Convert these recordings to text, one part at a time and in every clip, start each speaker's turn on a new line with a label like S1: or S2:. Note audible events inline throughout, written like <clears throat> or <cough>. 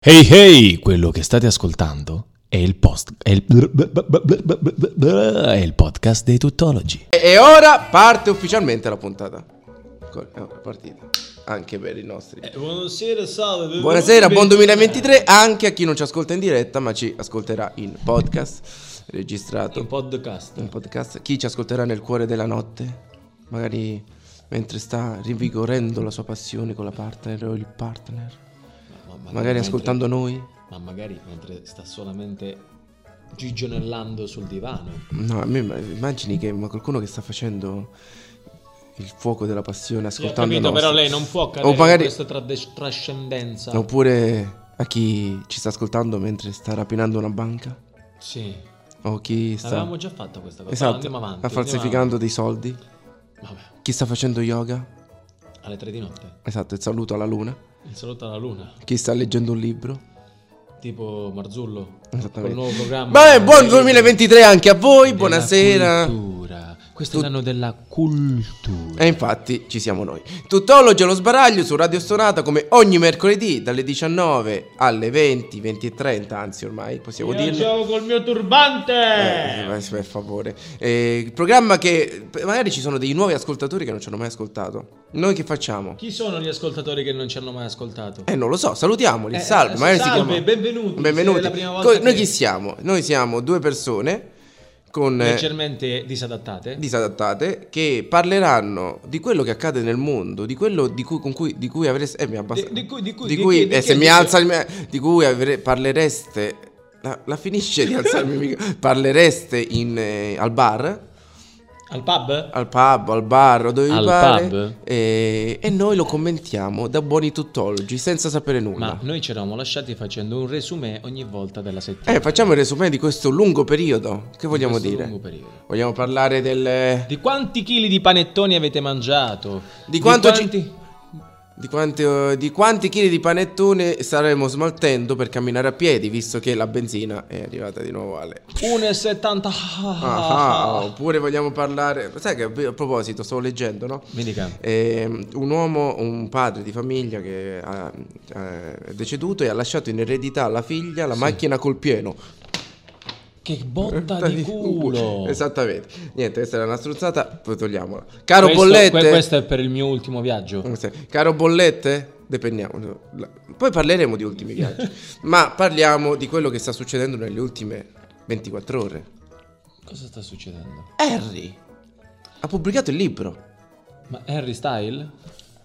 S1: Hey hey, quello che state ascoltando è il, post, è il, è il podcast dei tuttologi.
S2: E ora parte ufficialmente la puntata. Col- È una partita. Anche per i nostri.
S3: Eh, Buonasera, salve. benvenuti,
S2: Buonasera, buon
S3: ben-
S2: 2023 anche a chi non ci ascolta in diretta, ma ci ascolterà in podcast registrato.
S3: In podcast.
S2: In podcast. Chi ci ascolterà nel cuore della notte, magari mentre sta rivigorendo la sua passione con la partner o il partner,
S3: Ma- ma-
S2: magari
S3: mentre-
S2: ascoltando noi.
S3: Ma magari mentre sta solamente gigionellando sul divano.
S2: No, a me imm- immagini che ma qualcuno che sta facendo il fuoco della passione
S3: Ho
S2: ascoltando
S3: capito, però
S2: nostri.
S3: lei non può cadere
S2: O magari-
S3: in questa trade- trascendenza.
S2: Oppure a chi ci sta ascoltando mentre sta rapinando una banca
S3: Sì.
S2: o chi sta
S3: Avevamo già fatto questa cosa.
S2: Esatto,
S3: Andiamo avanti.
S2: sta falsificando dei soldi,
S3: andiamo avanti.
S2: chi sta facendo yoga,
S3: Vabbè, alle tre di notte.
S2: esatto, il saluto alla luna,
S3: Il saluto alla luna.
S2: chi sta leggendo un libro.
S3: Tipo Marzullo. Col
S2: Esattamente.
S3: nuovo programma.
S2: Beh, buon 2023 anche a voi,
S3: Della
S2: buonasera.
S3: cultura. Questo è l'anno della cultura.
S2: E infatti ci siamo noi. Tuttologi allo sbaraglio su Radio Stonata come ogni mercoledì dalle 19 alle 20, 20 e 30, anzi ormai possiamo dirlo.
S3: col mio turbante.
S2: Eh, per per favore. Eh, il programma che p- magari ci sono dei nuovi ascoltatori che non ci hanno mai ascoltato. Noi che facciamo?
S3: Chi sono gli ascoltatori che non ci hanno mai ascoltato?
S2: Eh, non lo so, salutiamoli.
S3: Eh,
S2: salve,
S3: eh,
S2: magari si
S3: salve,
S2: chiama.
S3: benvenuti,
S2: Benvenuti.
S3: se è la prima
S2: Co-
S3: volta
S2: Noi
S3: che-
S2: chi siamo? Noi siamo due persone con eh,
S3: Leggermente disadattate.
S2: disadattate che parleranno di quello che accade nel mondo, di quello di cui, con cui, di cui avreste eh, mi abbassa-
S3: Di- di cui- di cui-
S2: di
S3: di
S2: cui-
S3: chi- di
S2: eh,
S3: chi-
S2: se
S3: di
S2: mi
S3: chi-
S2: alza il mio- di cui avre- parlereste la, la finisce di alzarmi il micro-
S3: <laughs>
S2: parlereste in, eh, al bar
S3: Al pub?
S2: al pub, al bar, o dove vi
S3: Al
S2: pare,
S3: pub?
S2: E, e noi lo commentiamo da buoni tuttologi senza sapere nulla.
S3: Ma noi ci eravamo lasciati facendo un resumé ogni volta della settimana.
S2: Eh, facciamo il resume di questo lungo periodo. Che vogliamo
S3: questo
S2: dire?
S3: lungo periodo.
S2: Vogliamo parlare del.
S3: Di quanti chili di panettoni avete mangiato?
S2: Di quanto ci-
S3: quanti-
S2: Di, quanti, eh, di quanti chili di panettone saremo smaltendo per camminare a piedi, visto che la benzina è arrivata di nuovo alle.
S3: 1,70.
S2: Ah, ah, Oppure vogliamo parlare. Sai che a proposito, stavo leggendo, no?
S3: Mi dica.
S2: Ehm, un uomo, un padre di famiglia che ha- eh, è deceduto e ha lasciato in eredità alla figlia la macchina col pieno. Eh,
S3: Che botta di culo.
S2: <laughs> Esattamente. Niente, questa era una struzzata, poi togliamola. Esatto. Caro
S3: Questo-
S2: Bollette, Mm. Eh,
S3: que- questo è per il mio ultimo viaggio.
S2: caro Bollette, dependiamo. La- Poi parleremo di ultimi
S3: <laughs>
S2: viaggi, ma parliamo di quello che sta succedendo nelle ultime 24 ore.
S3: Cosa sta succedendo?
S2: Harry ha pubblicato il libro.
S3: Ma Harry Style?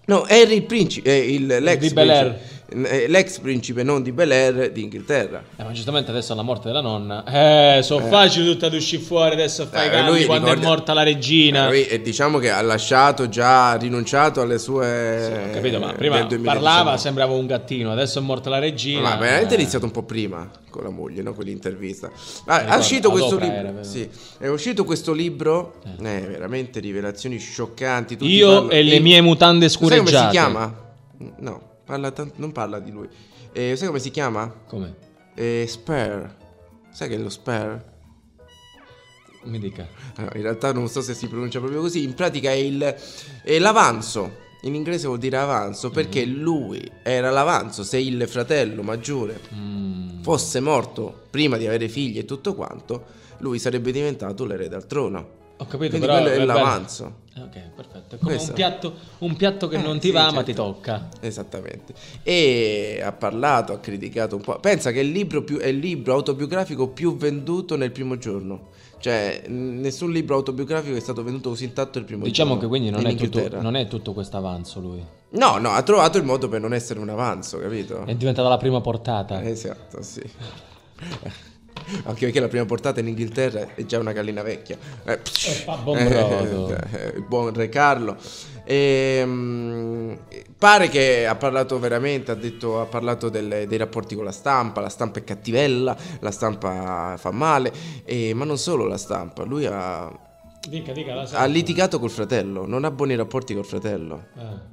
S2: No, Harry il principe, eh, il, l'ex,
S3: Di Bel Air.
S2: principe, eh, l'ex principe, non di Bel Air, d'Inghilterra.
S3: Eh, ma giustamente adesso alla morte della nonna. Eh, so facile tutta ad uscire fuori, adesso fai
S2: Eh,
S3: i gatti
S2: lui
S3: quando
S2: ricorda-
S3: è morta la regina.
S2: Eh, lui, eh, diciamo che ha lasciato già, ha rinunciato alle sue...
S3: Sì, ho capito, ma
S2: eh,
S3: prima
S2: del 2019.
S3: parlava, sembrava un gattino, adesso è morta la regina.
S2: Ma veramente è
S3: Eh,
S2: iniziato un po' prima con la moglie, no? Quell'intervista.
S3: Mi
S2: Ah, è
S3: ricordo,
S2: uscito
S3: ad
S2: questo
S3: opera
S2: libro.
S3: era, vero?
S2: sì, è uscito questo libro. Eh, veramente rivelazioni scioccanti. tutti
S3: Io
S2: parlano-
S3: e le
S2: il-
S3: mie mutande
S2: Sai come
S3: scureggiate.
S2: si chiama? No, parla tan- non parla di lui. Eh, sai come si chiama?
S3: Come?
S2: Eh, spare. Sai che è lo spare?
S3: Mi dica.
S2: Ah, in realtà non so se si pronuncia proprio così. In pratica è, il, è l'avanzo. In inglese vuol dire avanzo perché
S3: Mm-hmm.
S2: lui era l'avanzo. Se il fratello maggiore
S3: Mm,
S2: fosse morto prima di avere figli e tutto quanto, lui sarebbe diventato l'erede al trono.
S3: ho capito,
S2: Quindi
S3: però...
S2: quello è
S3: beh,
S2: l'avanzo.
S3: beh. Ah, Ok, perfetto. È come
S2: Questo.
S3: un piatto, un piatto che
S2: Eh,
S3: non ti
S2: sì,
S3: va ma
S2: certo.
S3: ti tocca.
S2: Esattamente. E ha parlato, ha criticato un po'. Pensa che il libro più- è il libro autobiografico più venduto nel primo giorno. Cioè, n- nessun libro autobiografico è stato venduto così tanto il primo
S3: Diciamo
S2: giorno.
S3: che quindi non
S2: in
S3: è, tutto,
S2: Inghilterra.
S3: non è tutto questo avanzo lui.
S2: No, no, ha trovato il modo per non essere un avanzo, capito?
S3: È diventata la prima portata.
S2: Esatto, sì. <laughs> Anche perché la prima portata in Inghilterra è già una gallina vecchia. Eh,
S3: fa buon brodo.
S2: <laughs> eh, il buon Re Carlo. Ehm, pare che ha parlato veramente, ha, detto, ha parlato delle- dei rapporti con la stampa, la stampa è cattivella, la stampa fa male, eh, ma non solo la stampa, lui ha,
S3: Dica, dica, la
S2: ha litigato col fratello, non ha buoni rapporti col fratello.
S3: Ah.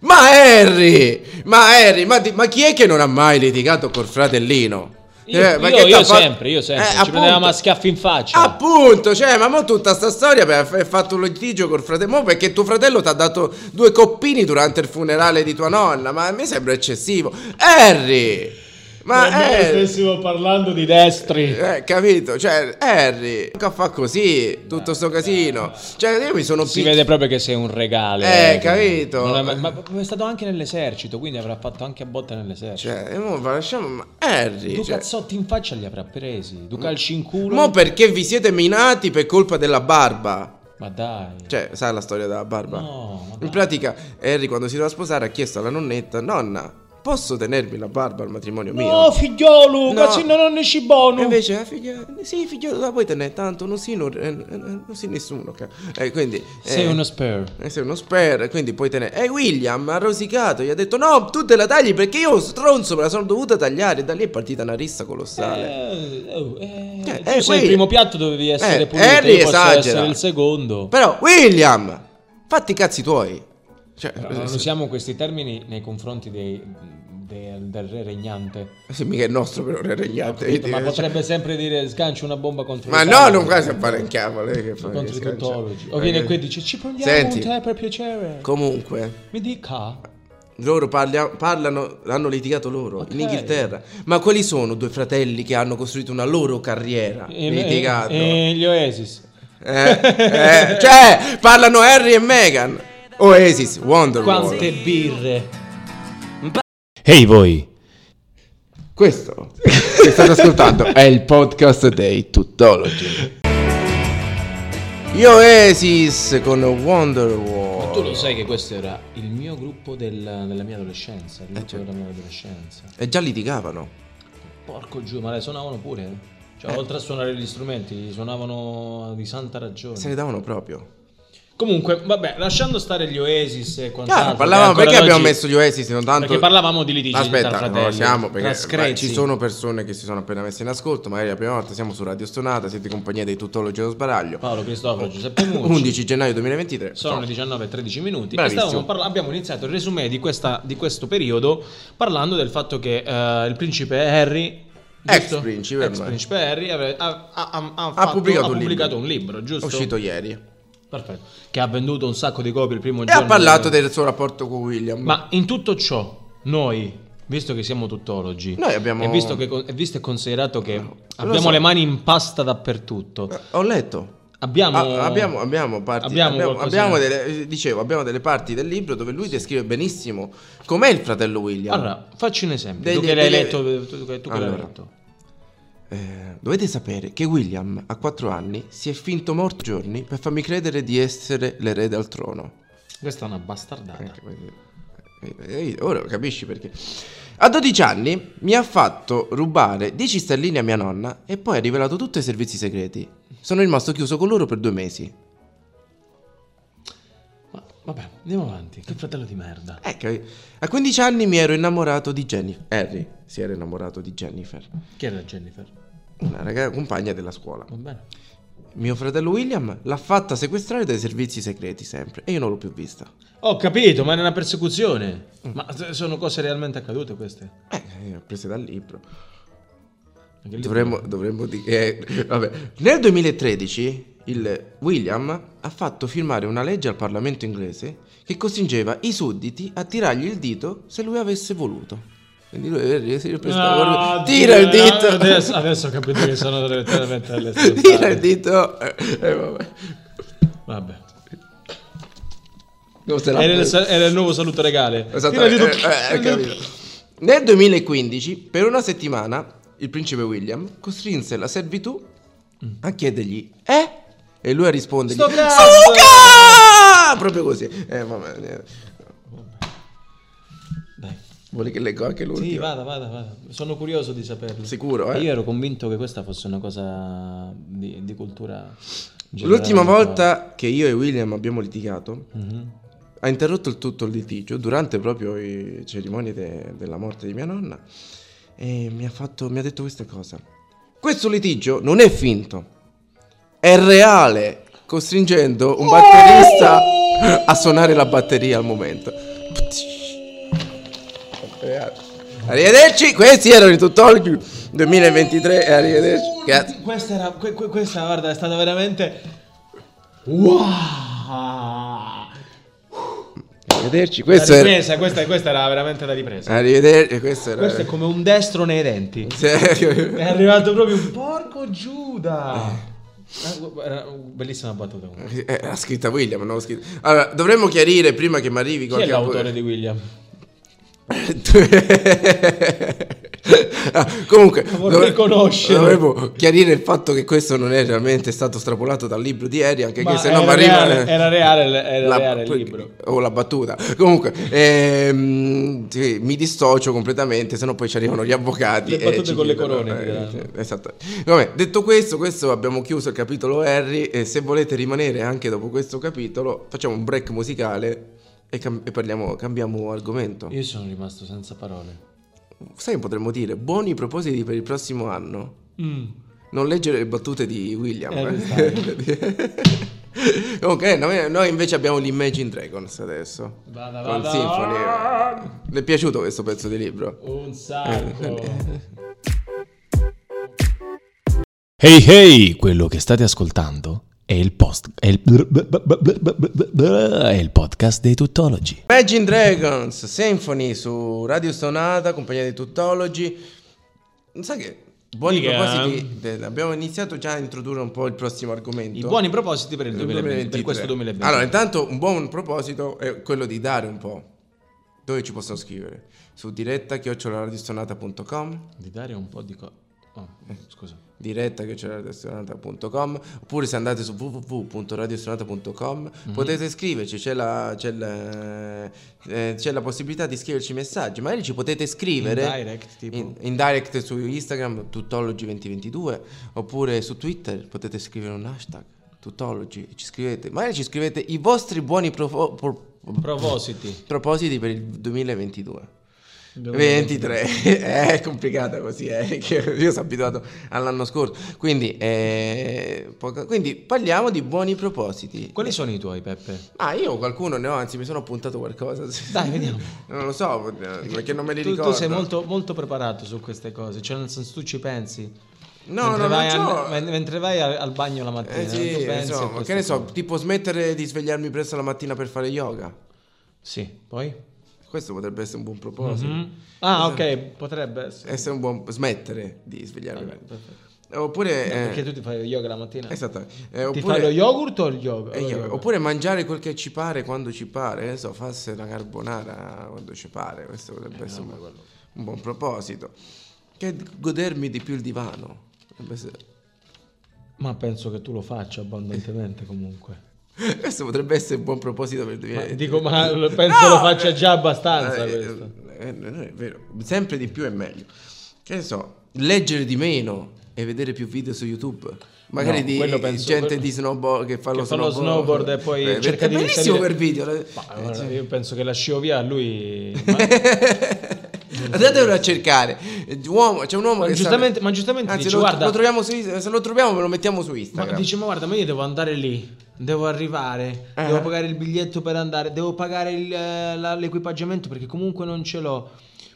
S2: Ma Harry! Ma Harry, ma, di- ma chi è che non ha mai litigato col fratellino?
S3: Io,
S2: Eh, ma
S3: io-
S2: che t'ha
S3: io
S2: fatto-
S3: sempre, io sempre.
S2: Eh,
S3: Ci
S2: appunto.
S3: prendevamo a schiaffi in faccia.
S2: Appunto, cioè, ma mo tutta sta storia per aver fatto un litigio col fratello. Mo perché tuo fratello ti ha dato due coppini durante il funerale di tua nonna. Ma a me sembra eccessivo. Harry! Ma
S3: Come
S2: è-
S3: stessimo parlando di destri.
S2: Eh, capito? Cioè, Harry, mica fa così, tutto sto casino. Cioè, io mi sono
S3: Si
S2: picchi-
S3: vede proprio che sei un regalo.
S2: Eh,
S3: eh,
S2: capito.
S3: non è- ma, ma è stato anche nell'esercito, quindi avrà fatto anche a botta nell'esercito.
S2: Cioè, e mo va- lasciamo... Ma Harry,
S3: due
S2: cioè...
S3: cazzotti in faccia li avrà presi. Due calci in culo.
S2: Mo perché vi siete minati per colpa della barba?
S3: Ma dai.
S2: Cioè, sai la storia della barba?
S3: no, ma dai.
S2: In pratica, Harry quando si doveva sposare ha chiesto alla nonnetta, nonna, posso tenermi la barba al matrimonio
S3: No,
S2: mio?
S3: Oh, figliolo,
S2: No.
S3: cazzino non ne cibono.
S2: E invece, eh, figlia, sì, figlio, la puoi tenere tanto, non si, non, eh, eh, non si nessuno. ca- Eh, quindi, eh,
S3: Sei uno spare.
S2: eh, sei uno spare, quindi puoi tenere. E William ha rosicato, gli ha detto: No, tu te la tagli perché io stronzo me la sono dovuta tagliare. Da lì è partita una rissa colossale.
S3: Eh, oh, eh,
S2: Cioè,
S3: tu
S2: eh,
S3: sei
S2: quindi-
S3: il primo piatto dovevi essere
S2: Eh,
S3: pulito,
S2: Harry
S3: io posso
S2: esagera.
S3: essere il secondo.
S2: Però, William, fatti i cazzi tuoi. Cioè,
S3: Però non usiamo questi termini nei confronti dei- del, del re regnante.
S2: se Eh mica è nostro, però non è
S3: Ho
S2: regnante.
S3: capito, ma
S2: quindi, cioè-
S3: potrebbe sempre dire sgancio una bomba contro
S2: Ma
S3: il
S2: no,
S3: tavolo.
S2: non quasi a fare il cavolo. eh, che fa- Eh,
S3: contro
S2: che
S3: i
S2: scancia.
S3: tuttologi. O viene
S2: Perché-
S3: qui e dice ci prendiamo
S2: Senti.
S3: un tè per piacere.
S2: Comunque,
S3: Mi dica.
S2: loro parlia- parlano, hanno litigato loro
S3: Ok.
S2: in Inghilterra. Ma quali sono due fratelli che hanno costruito una loro carriera?
S3: Eh,
S2: litigando.
S3: e- e gli Oasis.
S2: Eh, eh, cioè, parlano Harry e Meghan. Oasis, Wonderwall.
S3: Quante birre.
S1: Ehi voi!
S2: Questo che state ascoltando è il podcast dei Tuttologi. Io Oasis con Wonderwall.
S3: Tu lo sai che questo era il mio gruppo del- della mia adolescenza. Il
S2: Eh,
S3: gruppo
S2: certo.
S3: della mia adolescenza.
S2: E già litigavano.
S3: Porco giù, ma le suonavano pure.
S2: Eh.
S3: Cioè, oltre a suonare gli strumenti, suonavano di santa ragione.
S2: Se ne davano proprio.
S3: Comunque, vabbè, lasciando stare gli Oasis e quant'altro. ecco,
S2: Ah,
S3: che
S2: parlavamo
S3: ancora
S2: perché
S3: ad
S2: abbiamo
S3: oggi-
S2: messo gli Oasis non tanto
S3: Perché parlavamo di litigi tra
S2: Aspetta,
S3: fratelli.
S2: no, siamo
S3: tra
S2: perché ma
S3: screzi.
S2: ci sono persone che si sono appena messe in ascolto, magari la prima volta siamo su Radio Stonata, siete in compagnia dei Tuttologi allo sbaraglio.
S3: Paolo Cristoforo,
S2: Eh,
S3: Giuseppe Mucci.
S2: 11 gennaio 2023.
S3: Sono
S2: insomma.
S3: le 19 e 13 minuti e
S2: Bravissimo.
S3: stavamo parla- abbiamo iniziato il resumé di, questa- di questo periodo parlando del fatto che eh, il principe Harry
S2: Ex
S3: giusto?
S2: principe,
S3: Ex
S2: ormai.
S3: principe Harry avre- ha, ha- ha- ha fatto-
S2: pubblicato
S3: ha
S2: un libro.
S3: pubblicato un libro, giusto?
S2: uscito ieri.
S3: Perfetto. Che ha venduto un sacco di copie il primo
S2: E
S3: giorno.
S2: ha parlato
S3: del-
S2: del suo rapporto con William.
S3: Ma in tutto ciò, noi, visto che siamo tuttologi,
S2: Noi abbiamo-
S3: e visto, che con- e visto e considerato che
S2: lo
S3: abbiamo
S2: so.
S3: le mani in pasta dappertutto,
S2: Eh, Ho letto.
S3: abbiamo...
S2: Ah, abbiamo, abbiamo parti-
S3: abbiamo
S2: abbiamo-
S3: qualcosina.
S2: abbiamo delle, eh, dicevo, abbiamo delle parti del libro dove lui descrive benissimo com'è il fratello William.
S3: Allora, facci un esempio.
S2: Degli-
S3: tu che l'hai
S2: delle-
S3: letto, tu, che- tu che l'hai
S2: Allora.
S3: letto.
S2: Eh, dovete sapere che William, a 4 anni, si è finto morto giorni per farmi credere di essere l'erede al trono.
S3: Questa è una bastardata.
S2: Anche perché- eh, eh, Ora capisci perché. A 12 anni mi ha fatto rubare 10 sterline a mia nonna e poi ha rivelato tutti i servizi segreti. Sono rimasto chiuso con loro per due mesi.
S3: Ma vabbè, andiamo avanti. Che fratello di merda.
S2: Eh, capi- a 15 anni mi ero innamorato di Jennifer. Harry si era innamorato di Jennifer,
S3: Chi era Jennifer?
S2: una raga- compagna della scuola.
S3: Va bene.
S2: Mio fratello William l'ha fatta sequestrare dai servizi segreti sempre e io non l'ho più vista.
S3: Ho capito, ma era una persecuzione.
S2: Mm.
S3: Ma s- sono cose realmente accadute queste.
S2: Eh, eh, prese dal libro.
S3: Anche lì-
S2: Dovremmo, dovremmo di- eh, vabbè. Nel 2013 il William ha fatto firmare una legge al Parlamento inglese che costringeva i sudditi a tirargli il dito se lui avesse voluto. Quindi lui eh, si prestava-
S3: Ah,
S2: tira il
S3: Dio,
S2: dito. <laughs>
S3: Adesso, adesso ho capito che sono veramente alle stronzate.
S2: Tira il dito. Eh, eh, vabbè.
S3: Vabbè.
S2: Non se la-
S3: Era il, sa- era il nuovo saluto regale. Eh, Tira
S2: Esattamente.
S3: di tutto.
S2: Eh, eh, capito. Nel 2015, per una settimana, il principe William costrinse la servitù a chiedergli Eh? E lui a rispondergli
S3: Mm. Sto cazzo!
S2: Suca! Proprio così. Eh, vabbè. eh,
S3: Dai.
S2: Vuole che leggo anche l'ultimo?
S3: Sì, vada, vada, vada. Sono curioso di saperlo.
S2: Sicuro, eh?
S3: Io ero convinto che questa fosse una cosa di, di cultura. generale.
S2: L'ultima volta che io e William abbiamo litigato,
S3: Mhm.
S2: ha interrotto il tutto il litigio durante proprio le cerimonie de- della morte di mia nonna e mi ha, fatto- mi ha detto questa cosa. Questo litigio non è finto, è reale, costringendo un batterista a suonare la batteria al momento. Arrivederci, questi erano i tuttologi 2023 e arrivederci. Grazie.
S3: Questa era, que- que- questa, guarda, è stata veramente. Wow!
S2: Arrivederci.
S3: La
S2: Questo era... Eh.
S3: ripresa, questa, questa era veramente la ripresa.
S2: Arrivederci. Questo era... <laughs>
S3: Questo è come un destro nei denti.
S2: Sì.
S3: È arrivato proprio un porco Giuda. Eh, Era una bellissima battuta. comunque.
S2: Eh, L'ha scritta William, non l'ho scritta. Allora, dovremmo chiarire prima che mi arrivi
S3: Chi è
S2: qualche
S3: l'autore di William?
S2: <laughs> Ah, Comunque,
S3: Vorrei conoscere.
S2: dovremmo chiarire il fatto che questo non è realmente stato strapolato dal libro di ieri, anche
S3: Ma
S2: che se no mi
S3: era,
S2: arriva
S3: reale, era reale il- era
S2: la-
S3: reale il libro.
S2: o la battuta. Comunque, ehm, sì, mi dissocio completamente, se no poi ci arrivano gli avvocati.
S3: Le
S2: e
S3: battute
S2: ci
S3: con le
S2: dicono-
S3: corone,
S2: eh,
S3: diranno.
S2: sì, esatto. Vabbè, detto questo, questo abbiamo chiuso il capitolo Harry e se volete rimanere anche dopo questo capitolo, facciamo un break musicale e, cam- e parliamo, cambiamo argomento.
S3: Io sono rimasto senza parole.
S2: Sai, potremmo dire buoni propositi per il prossimo anno.
S3: Mm.
S2: Non leggere le battute di William.
S3: Eh,
S2: <laughs> ok, noi, noi invece abbiamo l'Imagine Dragons adesso.
S3: Vada,
S2: Con
S3: vada.
S2: Symphony. Le è piaciuto questo pezzo di libro?
S3: Un sacco.
S2: eh,
S1: Hey hey, quello che state ascoltando è il post è il, è il podcast dei tuttologi.
S2: Imagine Dragons, Symphony su Radio Sonata, compagnia dei tuttologi. Sai che buoni
S3: Dica.
S2: propositi. de- abbiamo iniziato già a introdurre un po' il prossimo argomento.
S3: I buoni propositi per il 2020, per
S2: 2023.
S3: questo 2020.
S2: Allora, intanto un buon proposito è quello di dare un po'. Dove ci possono scrivere? Su diretta chiocciolaradiostonata.com
S3: di dare un po' di co- oh,
S2: Eh.
S3: scusa.
S2: diretta chiocciolaradiostonata.com oppure se andate su www.radiostonata.com
S3: Mhm.
S2: potete scriverci, c'è la, c'è, la, eh, c'è la possibilità di scriverci messaggi, magari ci potete scrivere
S3: In direct, tipo.
S2: in, in direct su Instagram tutology2022 oppure su Twitter potete scrivere un hashtag tutology e ci scrivete, magari ci scrivete i vostri buoni profo- pro-
S3: Propositi.
S2: propositi per il 2022.
S3: 2023.
S2: 23 <laughs> è complicata così, eh, <laughs> che io sono abituato all'anno scorso. Quindi, eh, poca- quindi parliamo di buoni propositi.
S3: Quali sono i tuoi, Peppe?
S2: Ah, io qualcuno ne ho, anzi mi sono appuntato qualcosa. <laughs>
S3: Dai, vediamo.
S2: Non lo so, eh, perché non me li
S3: tu,
S2: ricordo.
S3: tu sei molto, molto preparato su queste cose, cioè nel senso tu ci pensi.
S2: No,
S3: mentre
S2: no,
S3: vai
S2: non
S3: al-
S2: c'ho.
S3: men- mentre vai al, al bagno la mattina,
S2: Eh
S3: tu
S2: sì,
S3: pensi a
S2: insomma,
S3: queste
S2: che ne so,
S3: cose.
S2: tipo smettere di svegliarmi presto la mattina per fare yoga.
S3: Sì, poi?
S2: Questo potrebbe essere un buon proposito.
S3: Mhm. Ah, ok, potrebbe essere.
S2: Essere un buon smettere di svegliarmi.
S3: Vabbè, perfetto.
S2: Oppure eh,
S3: Perché tu ti fai lo yoga la mattina?
S2: esatto. eh,
S3: Ti
S2: oppure-
S3: fai lo yogurt o il yoga?
S2: Eh,
S3: Lo
S2: io-
S3: yoga.
S2: oppure mangiare quel che ci pare quando ci pare, ne so, farsi una carbonara quando ci pare, questo
S3: Eh,
S2: potrebbe essere un, un buon proposito. Che d- godermi di più il divano. potrebbe essere- <laughs>
S3: Ma penso che tu lo faccia abbondantemente comunque.
S2: Questo potrebbe essere un buon proposito per il
S3: Ma
S2: divano. <laughs>
S3: dico, ma lo- penso lo faccia già abbastanza
S2: Eh,
S3: questo.
S2: eh, eh, non è vero, sempre di più è meglio. Che ne so, leggere di meno e vedere più video su YouTube. Magari
S3: No,
S2: di
S3: quello penso-
S2: gente
S3: quello-
S2: di snowboard che fa lo
S3: che fa lo
S2: snowboard,
S3: snowboard e poi
S2: Eh,
S3: cerca
S2: è
S3: di
S2: bellissimo
S3: risalire.
S2: quel video.
S3: Ma,
S2: Eh,
S3: guarda,
S2: cioè-
S3: io penso che la sciovia a <laughs> lui... ma-
S2: <laughs> Andatevelo a cercare. Uomo- c'è un uomo
S3: Ma
S2: che sta-
S3: giustamente- ma giustamente
S2: Anzi,
S3: dice,
S2: lo,
S3: guarda-
S2: lo troviamo su Instagram. Se lo troviamo, ve lo mettiamo su
S3: ma
S2: Instagram.
S3: dice, ma guarda, ma io devo andare lì, devo arrivare,
S2: Eh.
S3: devo pagare il biglietto per andare, devo pagare il, eh, la- l'equipaggiamento perché comunque non ce l'ho,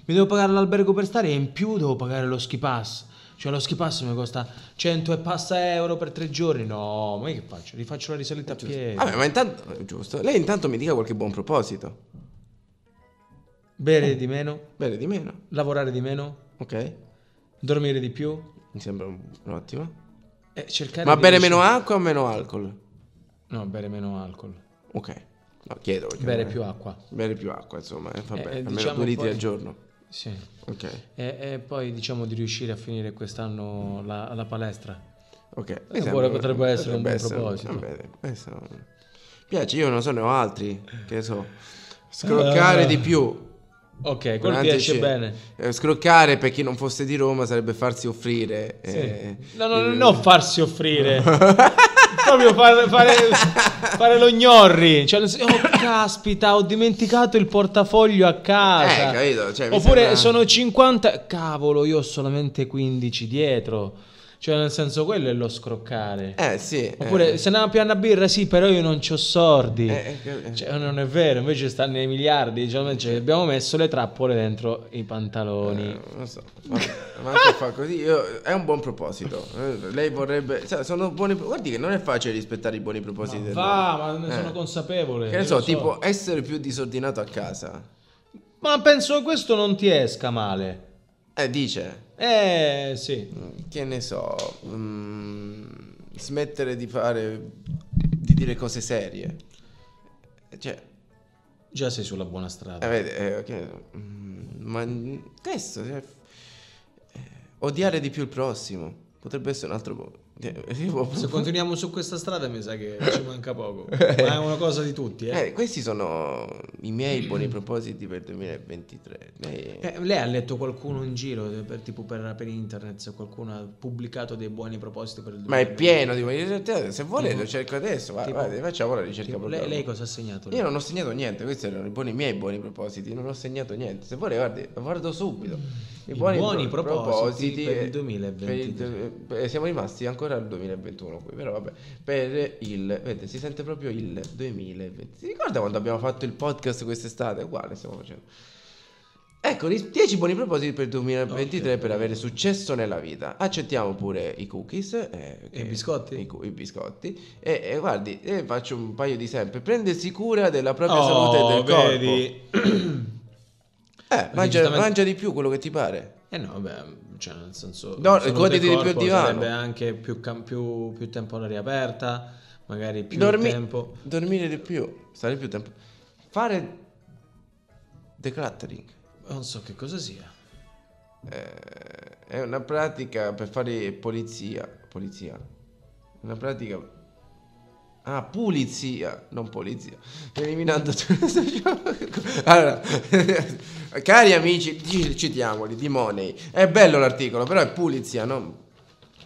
S3: mi devo pagare l'albergo per stare e in più devo pagare lo ski pass. Cioè lo ski pass mi costa 100 e passa euro per tre giorni. No, ma io che faccio? Rifaccio la risalita a piedi.
S2: Vabbè, ma intanto, eh, giusto. Lei intanto mi dica qualche buon proposito.
S3: Bere di meno,
S2: Bene, di meno.
S3: lavorare di meno,
S2: Ok,
S3: dormire di più.
S2: mi sembra un- un'ottima.
S3: E cercare
S2: Ma
S3: di
S2: bere
S3: riuscire-
S2: meno acqua o meno alcol?
S3: No, bere meno alcol.
S2: Ok, no, chiedo. perché-
S3: Bere più acqua.
S2: Bere più acqua, insomma, eh, vabbè,
S3: Eh, eh,
S2: almeno
S3: diciamo
S2: due litri
S3: poi-
S2: al giorno.
S3: Sì.
S2: Ok,
S3: E, e poi diciamo di riuscire a finire quest'anno la, la palestra.
S2: ok. Mi
S3: Eh,
S2: sembra-
S3: potrebbe essere un buon proposito.
S2: vabbè, questo- Mi piace, io non so, ne ho altri. Che so, scroccare
S3: Eh.
S2: di più.
S3: Ok, quello ti
S2: Durante
S3: esce
S2: il-
S3: bene.
S2: eh, scroccare per chi non fosse di Roma sarebbe farsi offrire. eh,
S3: Sì. No, no, no,
S2: eh,
S3: no,
S2: <laughs>
S3: farsi offrire. Proprio fare, fare, fare lo gnorri. Cioè, nel sen- oh, caspita, ho dimenticato il portafoglio a casa.
S2: Eh, capito, cioè, mi
S3: Oppure
S2: sembra-
S3: sono 50. Cavolo, io ho solamente 15 dietro. Cioè, nel senso, quello è lo scroccare.
S2: Eh sì.
S3: Oppure,
S2: eh,
S3: se ne più una birra, sì, però io non c'ho sordi.
S2: eh, eh, eh.
S3: Cioè, non è vero, invece sta nei miliardi. Cioè, cioè, abbiamo messo le trappole dentro i pantaloni.
S2: Eh, non so, ma, ma anche fa così io- è un buon proposito. Eh, Lei vorrebbe. sai, sono buoni. Guardi che non è facile rispettare i buoni propositi.
S3: Ma
S2: del-
S3: va, ma ne
S2: Eh.
S3: sono consapevole.
S2: Che
S3: io
S2: ne so,
S3: lo
S2: tipo essere più disordinato a casa.
S3: Ma penso che questo non ti esca male.
S2: Eh, dice.
S3: Eh, sì.
S2: Che ne so. mm, smettere di fare. di dire cose serie. Cioè.
S3: Già sei sulla buona strada.
S2: Eh, vedi, eh, che- mm, ma n- questo, cioè, eh, odiare di più il prossimo, potrebbe essere un altro... po- <laughs> eh, io-
S3: Se continuiamo su questa strada mi
S2: <laughs>
S3: sa che ci manca poco. Ma è una cosa di tutti, eh.
S2: Eh, questi sono i miei
S3: <clears throat>
S2: buoni propositi per 2023. Lei-
S3: Eh, lei ha letto qualcuno in giro eh, per, tipo per, per internet se qualcuno ha pubblicato dei buoni propositi per il
S2: ma è
S3: 2020.
S2: pieno di buoni risultati, se vuole
S3: Tipo-
S2: lo cerco adesso, va-
S3: tipo-
S2: guarda, facciamo la ricerca
S3: Tipo,
S2: proprio.
S3: lei, lei cosa ha segnato? lì?
S2: Io non ho segnato niente, questi erano i, buoni- i miei buoni propositi, non ho segnato niente. Se vuole, guardi, guardo subito.
S3: I buoni propositi per il
S2: eh,
S3: 2023.
S2: per il- beh, siamo rimasti ancora al 2021 qui, però vabbè. Per il... Vedete, si sente proprio il 2020. Si ricorda quando abbiamo fatto il podcast quest'estate? È Uguale stiamo facendo. Ecco, ris- 10 buoni propositi per il 2023
S3: Ok.
S2: per avere successo nella vita. Accettiamo pure i cookies. eh,
S3: E i biscotti?
S2: I, cu- i biscotti. E, e guardi, eh, faccio un paio di sempre. Prendersi cura della propria
S3: Oh,
S2: salute e del corpo.
S3: vedi.
S2: Eh, mangia,
S3: giustamente-
S2: mangia di più quello che ti pare.
S3: Eh no, beh, cioè nel senso...
S2: No,
S3: salute
S2: goditi di
S3: corpo
S2: più il divano.
S3: Sarebbe anche più, cam- più, più tempo all'aria aperta, magari più
S2: Dormi-
S3: tempo...
S2: Dormire di più. Stare più tempo. Fare decluttering.
S3: Non so che cosa sia.
S2: Eh, è una pratica per fare polizia. Polizia. Una pratica. Ah, pulizia, non polizia. Eliminando <laughs> tutto Allora, <laughs> cari amici, ci- citiamoli, di Money. È bello l'articolo, però è pulizia, non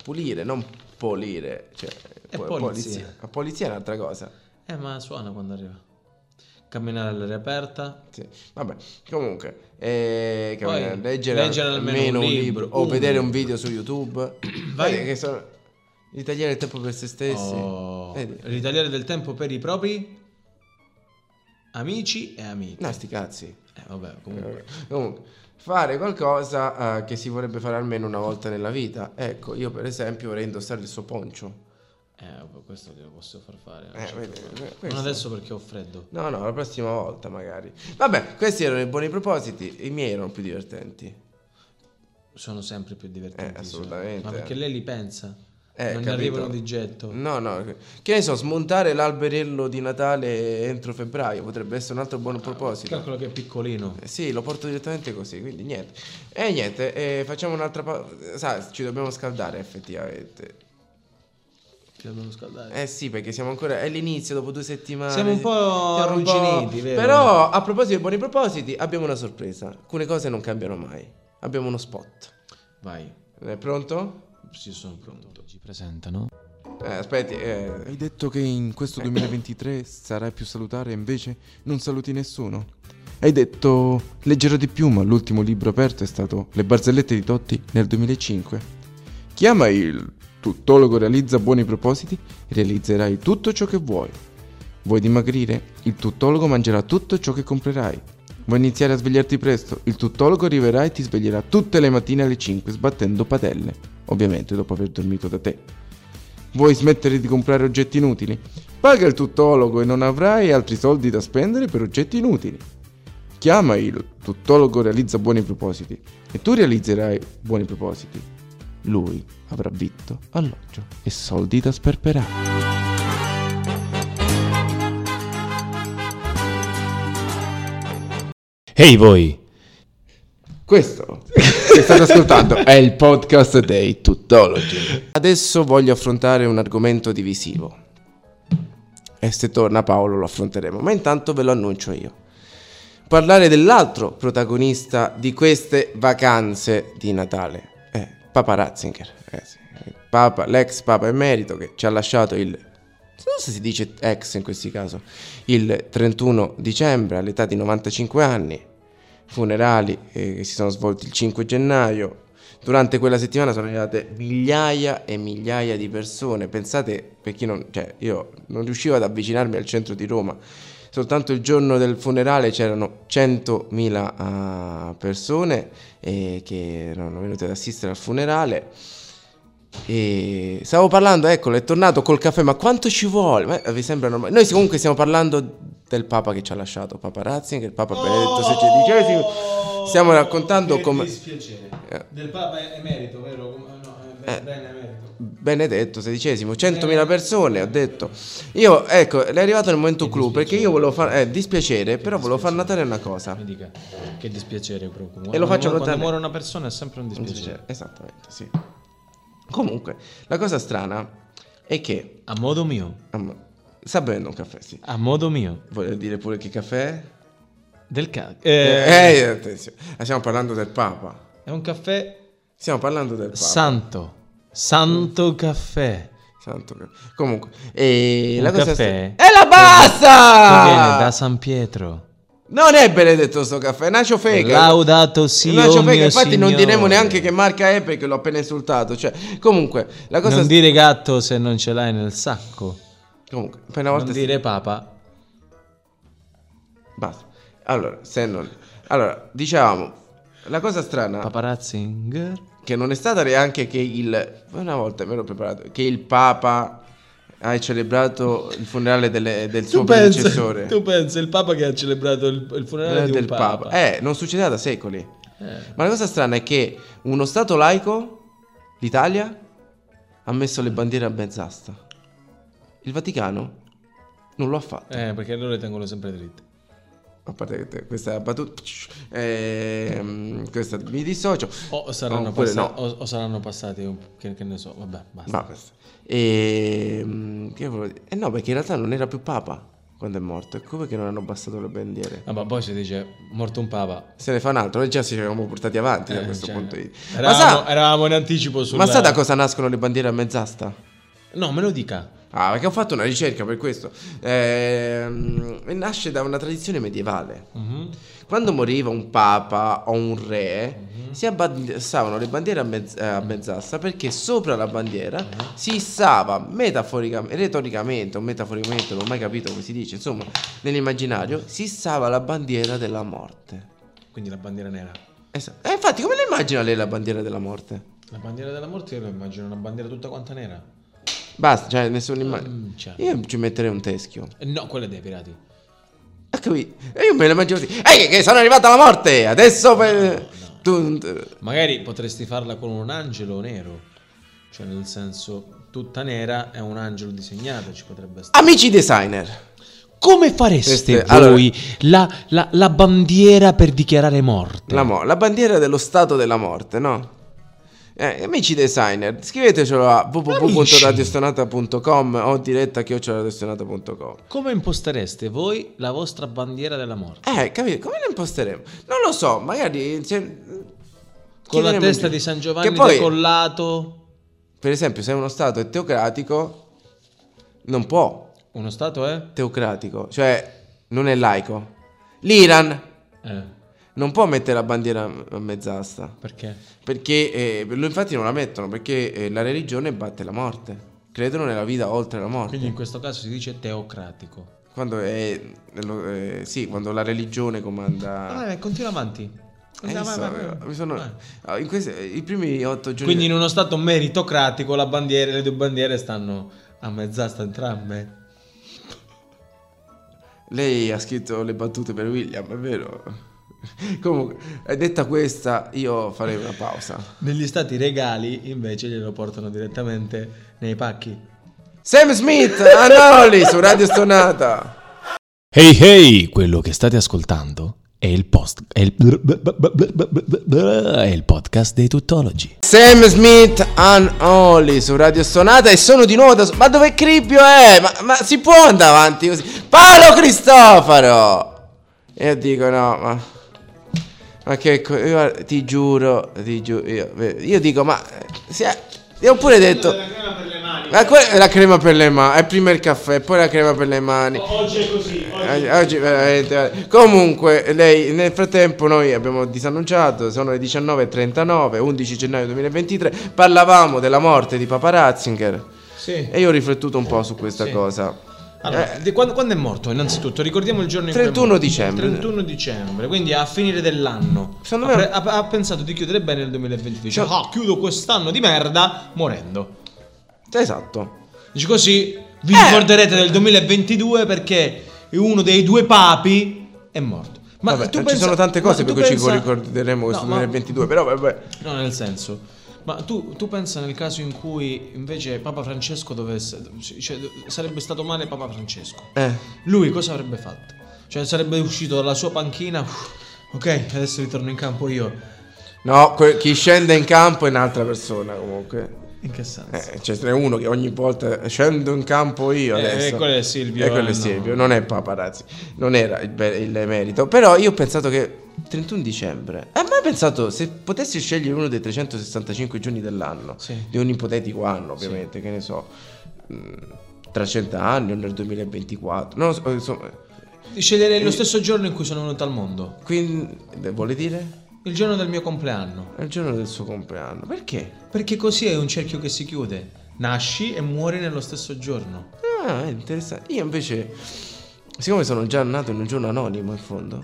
S2: pulire, non polire. Cioè,
S3: È
S2: po-
S3: polizia.
S2: Ma polizia è un'altra cosa.
S3: Eh, ma suona quando arriva. Camminare all'aria aperta.
S2: Sì, Vabbè, comunque, eh, che
S3: Poi,
S2: voglio dire, leggere,
S3: leggere
S2: almeno, un libro, o
S3: un
S2: vedere un
S3: libro. Uh.
S2: video su
S3: <clears throat>
S2: YouTube.
S3: Vai.
S2: Vedi che sono... Di tagliare il tempo per se stessi.
S3: Oh,
S2: Eh, Vedi?
S3: ritagliare del tempo per i propri amici e amiche.
S2: No, sti cazzi.
S3: Eh, vabbè, comunque.
S2: Comunque, fare qualcosa eh, che si vorrebbe fare almeno una volta nella vita. Ecco, io per esempio vorrei indossare il suo poncio.
S3: Eh, vabbè, questo glielo posso far fare. non
S2: Eh,
S3: c'è
S2: vedi,
S3: problema.
S2: eh, questo.
S3: Certo. non adesso perché ho freddo.
S2: No, no, la prossima volta magari. Vabbè, questi erano i buoni propositi, i miei erano più divertenti.
S3: Sono sempre più divertenti.
S2: Eh, assolutamente.
S3: Ma perché lei li pensa?
S2: Eh,
S3: non
S2: capito.
S3: ne
S2: Mm,
S3: arrivano di getto.
S2: No, no, che ne so, smontare l'alberello di Natale entro febbraio potrebbe essere un altro buon proposito.
S3: Ah, Calcolo che è piccolino.
S2: Eh, Sì, lo porto direttamente così, quindi niente. E niente, eh, facciamo un'altra pausa. Sai, ci dobbiamo scaldare effettivamente.
S3: Ci dobbiamo scaldare.
S2: Eh sì, perché siamo ancora... È l'inizio, dopo due settimane.
S3: Siamo un po' arrugginiti, vero?
S2: Però, a proposito dei buoni propositi, abbiamo una sorpresa. Alcune cose non cambiano mai. Abbiamo uno spot.
S3: Vai,
S2: È pronto?
S3: sì, sono pronto.
S1: Ci presentano
S2: Eh, aspetti, eh,
S4: Hai detto che in questo 2023 sarai più salutare e invece non saluti nessuno. Hai detto leggerò di più, ma l'ultimo libro aperto è stato Le barzellette di Totti nel 2005. Chiama il tuttologo realizza buoni propositi e realizzerai tutto ciò che vuoi. Vuoi dimagrire? Il tuttologo mangerà tutto ciò che comprerai. Vuoi iniziare a svegliarti presto? Il tuttologo arriverà e ti sveglierà tutte le mattine alle 5 sbattendo padelle, ovviamente dopo aver dormito da te. Vuoi smettere di comprare oggetti inutili? Paga il tuttologo e non avrai altri soldi da spendere per oggetti inutili. Chiama il tuttologo realizza buoni propositi e tu realizzerai buoni propositi. Lui avrà vitto, alloggio e soldi da sperperare.
S1: Ehi voi!
S2: Questo che state ascoltando è il podcast dei Tuttologi. Adesso voglio affrontare un argomento divisivo. E se torna Paolo lo affronteremo, ma intanto ve lo annuncio io. Parlare dell'altro protagonista di queste vacanze di Natale, eh, Papa Ratzinger, eh sì, eh, Papa- l'ex Papa emerito che ci ha lasciato il... Non so se si dice ex in questi casi, il 31 dicembre all'età di 95 anni, funerali eh, che si sono svolti il 5 gennaio Durante quella settimana sono arrivate migliaia e migliaia di persone. Pensate, per chi non, cioè, io non riuscivo ad avvicinarmi al centro di Roma. Soltanto il giorno del funerale c'erano 100.000 ah, persone eh, che erano venute ad assistere al funerale. E stavo parlando, eccolo, è tornato col caffè, ma quanto ci vuole? Ma eh, vi sembra normale? Noi comunque stiamo parlando del Papa che ci ha lasciato, Papa Ratzinger, il Papa Benedetto XVI.
S3: Oh,
S2: Stiamo raccontando
S5: che
S2: come...
S5: dispiacere.
S2: Eh.
S5: Del Papa emerito, vero? Come- No, eh, ben-
S2: Eh.
S5: bene emerito.
S2: Benedetto XVI, 100.000 persone, ho detto. Io, ecco, è arrivato il momento
S3: Che
S2: clou,
S3: dispiacere.
S2: perché io volevo fare... Eh, dispiacere, però volevo far notare una cosa.
S3: Mi dica, che dispiacere proprio.
S2: E lo faccio
S3: quando,
S2: notare.
S3: quando muore una persona è sempre un dispiacere.
S2: Esattamente, sì. Comunque, la cosa strana è che...
S3: A modo mio,
S2: ah, ma- Sta bevendo un caffè, sì.
S3: a modo mio.
S2: Vuole dire pure che caffè?
S3: Del cazzo.
S2: Eh, eh, attenzione. Ma Stiamo parlando del Papa.
S3: È un caffè
S2: Stiamo parlando del Papa.
S3: santo. Santo caffè.
S2: Santo che- Comunque, e
S3: Un
S2: la cosa
S3: caffè?
S2: è Eh, la Ah.
S3: Che viene da
S2: basta!
S3: San Pietro.
S2: Non è benedetto sto caffè, è Nacio Fega.
S3: Laudato sì,
S2: Nacio
S3: oh
S2: Fega,
S3: mio
S2: infatti non diremo
S3: Signore.
S2: neanche che marca è perché l'ho appena insultato, cioè, comunque, la cosa
S3: Non dire gatto se non ce l'hai nel sacco.
S2: comunque, per una volta
S3: Non
S2: sì.
S3: dire papa.
S2: basta. Allora, se non Allora, diciamo, la cosa strana
S3: Paparazzinger.
S2: che non è stata neanche che il una volta me l'ho preparato che il Papa ha celebrato il funerale delle- del suo predecessore
S3: tu pensi, il papa che ha celebrato il, il funerale
S2: Eh,
S3: di un
S2: del
S3: papa.
S2: Papa. Eh, non succedeva da secoli.
S3: Eh.
S2: Ma la cosa strana è che uno stato laico, l'Italia, ha messo le bandiere a mezz'asta. Il Vaticano non lo ha fatto.
S3: Eh, perché loro le tengono sempre dritte.
S2: A parte che te- questa battuta, ehm, questa mi dissocio.
S3: O Oh, saranno,
S2: Oppure
S3: passa-
S2: no.
S3: o, o saranno passati, un- che, che ne so, vabbè, basta.
S2: Ma questo. E, mm, che volevo dire? Eh no, perché in realtà non era più Papa quando è morto. E come che non hanno abbassato le bandiere?
S3: Ah, ma poi si dice, morto un papa.
S2: Se ne fa un altro, noi già ci siamo portati avanti da
S3: Eh,
S2: questo
S3: cioè,
S2: punto di Ma,
S3: Eravamo,
S2: sa,
S3: eravamo in anticipo sulla...
S2: ma sa da cosa nascono le bandiere a mezz'asta?
S3: No, me lo dica.
S2: Ah, perché ho fatto una ricerca per questo. Ehm, nasce da una tradizione medievale.
S3: Mhm.
S2: Quando moriva un papa o un re, si abbassavano le bandiere a, mezz- eh, a mezz'asta perché sopra la bandiera si issava metaforicamente, retoricamente o metaforicamente, non ho mai capito come si dice, insomma, nell'immaginario, si issava la bandiera della morte.
S3: Quindi la bandiera nera.
S2: Esatto. E infatti, come la immagina lei la bandiera della morte?
S3: La bandiera della morte io la immagino una bandiera tutta quanta nera.
S2: Basta, cioè, nessuna immagine.
S3: Mm, cioè.
S2: Io ci metterei un teschio.
S3: Eh, No, quella è dei pirati.
S2: Ah, capito? E io me la mangio così. Ehi, che sono arrivata alla morte! Adesso per... Tu- eh, tu-
S3: Magari potresti farla con un angelo nero. Cioè, nel senso, tutta nera è un angelo disegnato, ci potrebbe stare.
S2: Amici designer.
S3: Come fareste
S2: Queste- allora-
S3: voi la, la- la bandiera per dichiarare morte?
S2: La, mo- la bandiera dello stato della morte, no? Eh, amici designer, scrivetecelo a www.radiostonata.com o diretta a chiocciolaradiostonata.com.
S3: Come impostereste voi la vostra bandiera della morte?
S2: Eh, capito? Come la imposteremo? Non lo so, magari... se-
S3: Con la
S2: chiederemo
S3: testa
S2: in
S3: di
S2: giro.
S3: San Giovanni
S2: Che poi,
S3: decollato.
S2: per esempio, se uno stato è teocratico, non può
S3: Uno stato eh? è?
S2: teocratico, cioè non è laico. L'Iran
S3: Eh,
S2: non può mettere la bandiera a mezz'asta,
S3: perché?
S2: perché eh, lo- infatti non la mettono, perché eh, la religione batte la morte. Credono nella vita oltre la morte.
S3: Quindi in questo caso si dice teocratico.
S2: Quando è lo- eh, sì, quando la religione comanda
S3: Vabbè, continua avanti.
S2: Ah. Eh,
S3: Vai, vai,
S2: so,
S3: vai, vai.
S2: mi sono-
S3: Vai.
S2: ah, in questi- i primi otto giorni
S3: Quindi in uno stato meritocratico la bandiera, le due bandiere stanno a mezz'asta entrambe.
S2: Lei ha scritto le battute per William, è vero? <laughs> Comunque, eh, detta questa, io farei una pausa.
S3: Negli stati regali invece glielo portano direttamente nei pacchi.
S2: Sam Smith, Anoli su Radio Stonata.
S3: Hey hey, quello che state ascoltando è il post è il, è il podcast dei tuttologi.
S2: Sam Smith and Oli su Radio Stonata e sono di nuovo da so- Ma dove Cribbio è? Ma, ma si può andare avanti così? Paolo Cristofaro! E io dico no, ma... Ma che... co- io, guarda, ti giuro, ti giuro... Io, io dico ma... si è- io ho pure detto... Ma quella è la crema per le mani, è prima il caffè, poi la crema per le mani.
S6: Oggi è così, oggi
S2: Eh, oggi veramente, eh. Comunque, lei nel frattempo noi abbiamo disannunciato, sono le 19.39, 11 gennaio 2023, parlavamo della morte di Papa Ratzinger
S3: Sì.
S2: e io ho riflettuto un po' su questa
S3: Sì.
S2: cosa.
S3: Allora,
S2: Eh.
S3: di- quando, quando è morto? Innanzitutto, ricordiamo il giorno in cui è
S2: 31
S3: morto.
S2: dicembre.
S3: 31 dicembre, quindi a finire dell'anno.
S2: Secondo
S3: Ha
S2: me-
S3: pre- ha, ha pensato di chiudere bene il 2022. Dice,
S2: Cioè-
S3: ah, chiudo quest'anno di merda morendo.
S2: Esatto.
S3: Dice così, vi
S2: Eh.
S3: ricorderete del 2022 perché uno dei due papi è morto. Ma
S2: Vabbè,
S3: tu
S2: ci
S3: pensa-
S2: sono tante
S3: ma
S2: cose per
S3: tu
S2: cui ci
S3: pensa-
S2: ricorderemo questo
S3: No, ma-
S2: 2022, però vabbè.
S3: No, nel senso. Ma tu, tu pensa nel caso in cui invece Papa Francesco dovesse. Cioè, sarebbe stato male Papa Francesco.
S2: Eh.
S3: Lui cosa avrebbe fatto? Cioè, sarebbe uscito dalla sua panchina. "Uff, Ok, adesso ritorno in campo io.
S2: No, que- chi scende in campo è un'altra persona comunque.
S3: In che senso?
S2: Eh, ce n'è uno che ogni volta scendo in campo io
S3: Eh,
S2: adesso.
S3: eh, quello è Silvio,
S2: Eh, quello
S3: eh,
S2: è
S3: no.
S2: Silvio, non è paparazzi. Non era il, be- il merito. Però io ho pensato che 31 dicembre. E mai pensato se potessi scegliere uno dei 365 giorni dell'anno,
S3: Sì.
S2: di un ipotetico anno ovviamente, che ne so, mh, tra 100 anni o nel 2024, non lo so, eh, insomma.
S3: Eh. Sceglierei
S2: Eh.
S3: lo stesso giorno in cui sono venuto al mondo.
S2: Quindi, vuole dire?
S3: Il giorno del mio compleanno.
S2: È il giorno del suo compleanno. Perché?
S3: Perché così è un cerchio che si chiude. Nasci e muori nello stesso giorno.
S2: Ah, è interessante. Io invece, siccome sono già nato in un giorno anonimo in fondo,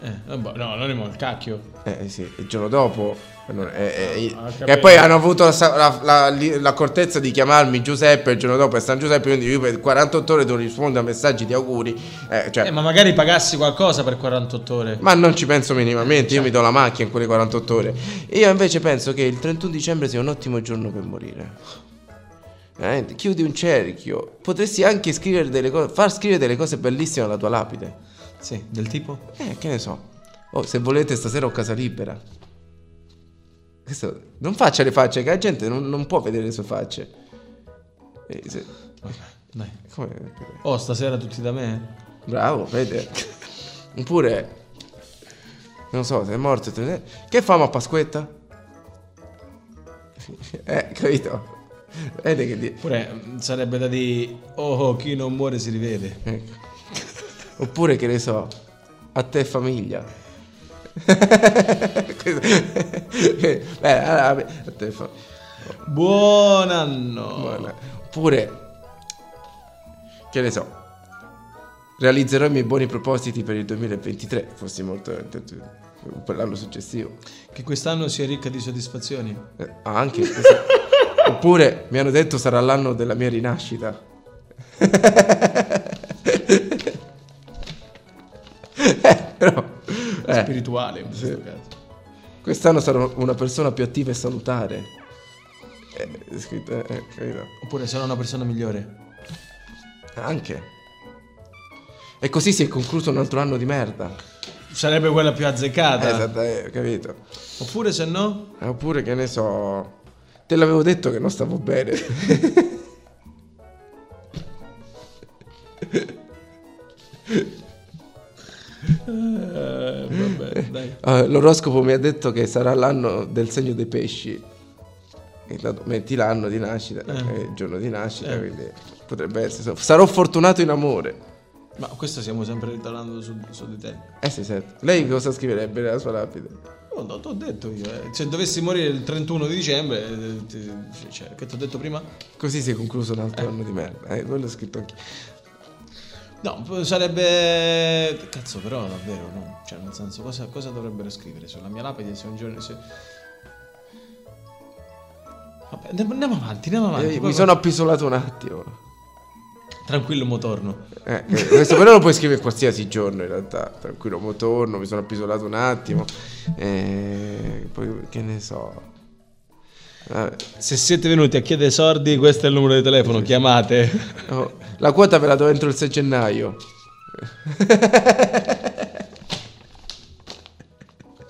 S3: Eh, vabbè, no, anonimo al cacchio.
S2: eh sì, il giorno dopo. non- eh, eh,
S3: Ah, ho
S2: e
S3: capito.
S2: poi hanno avuto la sa- la- la- li- l'accortezza di chiamarmi Giuseppe il giorno dopo è San Giuseppe, quindi io per 48 ore devo rispondere a messaggi di auguri. eh, cioè,
S3: Eh,
S2: ma...
S3: ma magari pagassi qualcosa per 48 ore.
S2: non ci penso minimamente, io mi do la macchina in quelle 48 ore. Io invece penso che il 31 dicembre sia un ottimo giorno per morire. Veramente, chiudi un cerchio, potresti anche scrivere delle cose, far scrivere delle cose bellissime alla tua lapide.
S3: Sì, del tipo?
S2: Eh, che ne so. Oh, se volete stasera ho casa libera. Questo, non faccia le facce, che la gente non, non può vedere le sue facce. Eh, se-
S3: Vabbè, dai.
S2: come-
S3: Oh, stasera tutti da me?
S2: bravo, vede. Oppure, non so, se è morto. te- Che famo a Pasquetta? <laughs> Eh, capito? Vede che di-
S3: Oppure mm, sarebbe da di oh, chi non muore si rivede.
S2: ecco. Oppure, che ne so, a te famiglia. <laughs> Questo- <laughs> Beh, allora, a te famiglia.
S3: Buon anno!
S2: Buona. Oppure, che ne so, realizzerò i miei buoni propositi per il 2023, fossi molto per l'anno successivo.
S3: Che quest'anno sia ricca di soddisfazioni.
S2: Eh, ah, anche questo. Oppure mi hanno detto sarà l'anno della mia rinascita. <laughs> Eh, però, eh,
S3: Spirituale in questo
S2: sì.
S3: caso.
S2: quest'anno sarò una persona più attiva e salutare. Eh, è scritto, eh, eh, capito?
S3: Oppure sarò una persona migliore.
S2: Anche. E così si è concluso un altro anno di merda.
S3: Sarebbe quella più azzeccata.
S2: Esatto, eh, capito.
S3: Oppure se no...
S2: Eh, Oppure che ne so. Te l'avevo detto che non stavo bene. <laughs>
S3: Eh, vabbè, dai.
S2: Eh, l'oroscopo mi ha detto che sarà l'anno del segno dei pesci. E tanto metti l'anno di nascita,
S3: Eh.
S2: eh, il giorno di nascita,
S3: Eh.
S2: quindi potrebbe essere. Sarò fortunato in amore.
S3: Ma questo stiamo sempre ritornando su, su di te.
S2: Eh sì, certo. Lei cosa scriverebbe nella sua lapide?
S3: Oh, no, t'ho detto io. eh. Se dovessi morire il 31 di dicembre... eh, ti- cioè, che ti ho detto prima?
S2: Così si è concluso un altro anno di merda. Eh, quello ho scritto anche.
S3: No, p- sarebbe. Cazzo, però davvero, no? Cioè, nel senso, cosa, cosa dovrebbero scrivere sulla mia lapide se un giorno. Se... Vabbè, andiamo- andiamo avanti, andiamo avanti.
S2: Eh,
S3: poi-
S2: mi sono appisolato un attimo.
S3: Tranquillo, mo torno.
S2: Eh, eh, questo però lo puoi scrivere qualsiasi giorno in realtà, tranquillo, mo torno, mi sono appisolato un attimo, eh, poi che ne so. Eh, Vabbè.
S3: Se siete venuti a chiedere sordi, questo è il numero di telefono, chiamate.
S2: Oh, la quota ve la do entro il 6 gennaio. <laughs>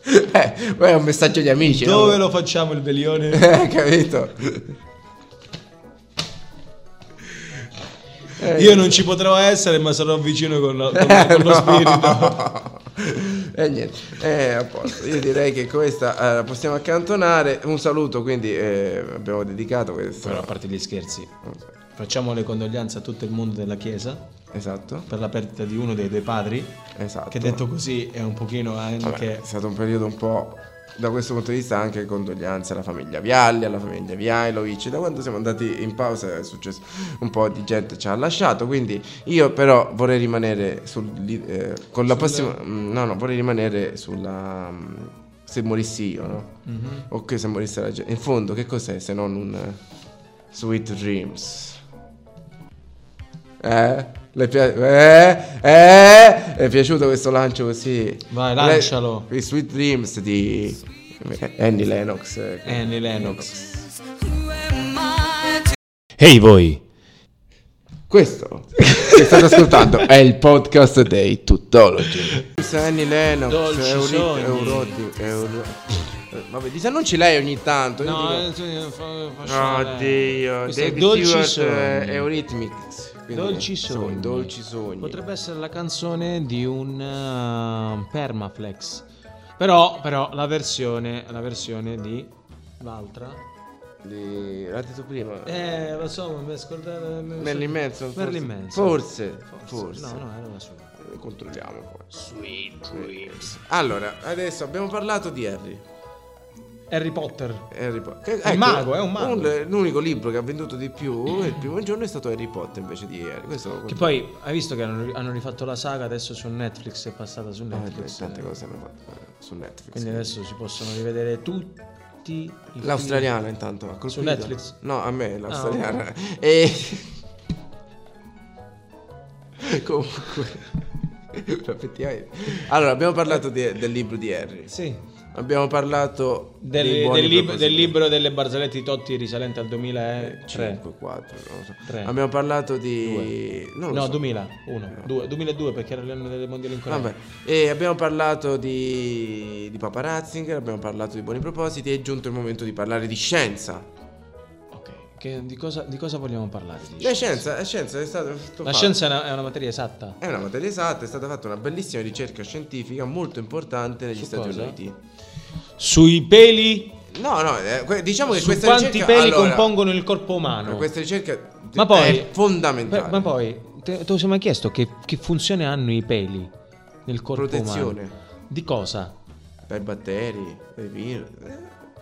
S2: eh, poi è un messaggio agli amici. no?
S3: <laughs> Dove lo facciamo il velione?
S2: <laughs> Eh, capito? Eh,
S3: Io Eh, non ci potrò essere, ma sarò vicino con, lo- con- con <laughs> lo spirito.
S2: E niente, <laughs> eh, a posto. Io direi che questa eh, la possiamo accantonare. Un saluto, quindi eh, abbiamo dedicato questo.
S3: Però a parte gli scherzi, facciamo le condoglianze a tutto il mondo della chiesa.
S2: Esatto.
S3: per la perdita di uno dei due padri,
S2: Esatto.
S3: che detto così è un pochino anche...
S2: Vabbè, è stato un periodo un po'. Da questo punto di vista anche condoglianze alla famiglia Vialli, alla famiglia Viailovic, da quando siamo andati in pausa è successo un po' di gente ci ha lasciato, quindi io però vorrei rimanere sul, li- eh, con la
S3: Sulle-
S2: prossima... mm, No, no, vorrei rimanere sulla... mm, se morissi io, no?
S3: Mhm.
S2: O che se morisse la gente. In fondo che cos'è se non un... eh, Sweet Dreams? Eh? Le pi- eh? Eh? È piaciuto questo lancio così?
S3: Vai, lancialo.
S2: Le- I Sweet Dreams di Annie Lennox. eh,
S3: Annie Lennox.
S1: Ehi voi!
S2: Questo che state ascoltando è il podcast dei Tuttologi. Annie Lennox,
S3: Dolci
S2: Euri-
S3: sogni.
S2: Euroti- Euro- eh, Vabbè, disannunci lei ogni tanto. io
S3: No,
S2: dico-
S3: eh, fa- fa-
S2: Oddio,
S3: Questo è
S2: David
S3: Dolci
S2: Stewart eh,
S3: Sogni.
S2: Eurythmics. quindi
S3: Dolci sogni.
S2: Dolci sogni.
S3: Potrebbe essere la canzone di un eh, Permaflex. Però, però la versione, la versione di l'altra.
S2: Di... L'ha detto prima.
S3: Eh, lo so, ma mi ascoltate.
S2: Merlin Manson. forse.
S3: Merlin Manson.
S2: Forse. Forse.
S3: No, no, era una sua.
S2: Eh, Controlliamo poi. Sweet dreams. Allora, adesso abbiamo parlato di Harry.
S3: Harry Potter.
S2: Harry Potter. Che- ecco, eh,
S3: È un mago, è un mago.
S2: l'unico libro che ha venduto di più il primo giorno è stato Harry Potter invece di Harry. Questo lo
S3: Che poi hai visto che hanno, hanno rifatto la saga adesso su Netflix, è passata su
S2: Ah,
S3: Netflix.
S2: tante cose hanno fatto eh, su Netflix.
S3: Quindi adesso si possono rivedere tutti i film.
S2: L'australiana intanto ha colpito.
S3: Su Netflix? Ah.
S2: No, a me l'australiana.
S3: <laughs>
S2: E... <laughs> Comunque... <laughs> effettivamente. Allora, abbiamo parlato di- del libro di Harry.
S3: Sì.
S2: Abbiamo parlato
S3: Del,
S2: dei buoni
S3: del lib-
S2: propositi.
S3: del libro delle Barzaletti Totti risalente al 2003.
S2: 5, 4, Eh, non lo so.
S3: Eh, Tre.
S2: Abbiamo parlato di... non lo
S3: No,
S2: so. Eh.
S3: 2001, 2, 2002 perché era l'anno delle mondiali in Corea.
S2: Vabbè. E abbiamo parlato di, di Papa Ratzinger, abbiamo parlato di buoni propositi, è giunto il momento di parlare di scienza.
S3: Ok, che- di, cosa, di cosa vogliamo parlare? dici?
S2: La scienza, la scienza è stata... fatto-
S3: La scienza è una, è una materia esatta.
S2: È una materia esatta, è stata fatta una bellissima ricerca scientifica molto importante negli
S3: Su
S2: Stati
S3: cosa?
S2: Uniti.
S3: Sui peli,
S2: No, no, eh, que- diciamo che
S3: su
S2: questa
S3: quanti
S2: ricerca...
S3: peli
S2: allora,
S3: compongono il corpo umano.
S2: Questa ricerca
S3: Ma poi,
S2: è fondamentale.
S3: per- ma poi, te, te lo sei mai chiesto che, che funzione hanno i peli nel corpo
S2: Protezione.
S3: umano? Di cosa?
S2: Per batteri, per virus, eh,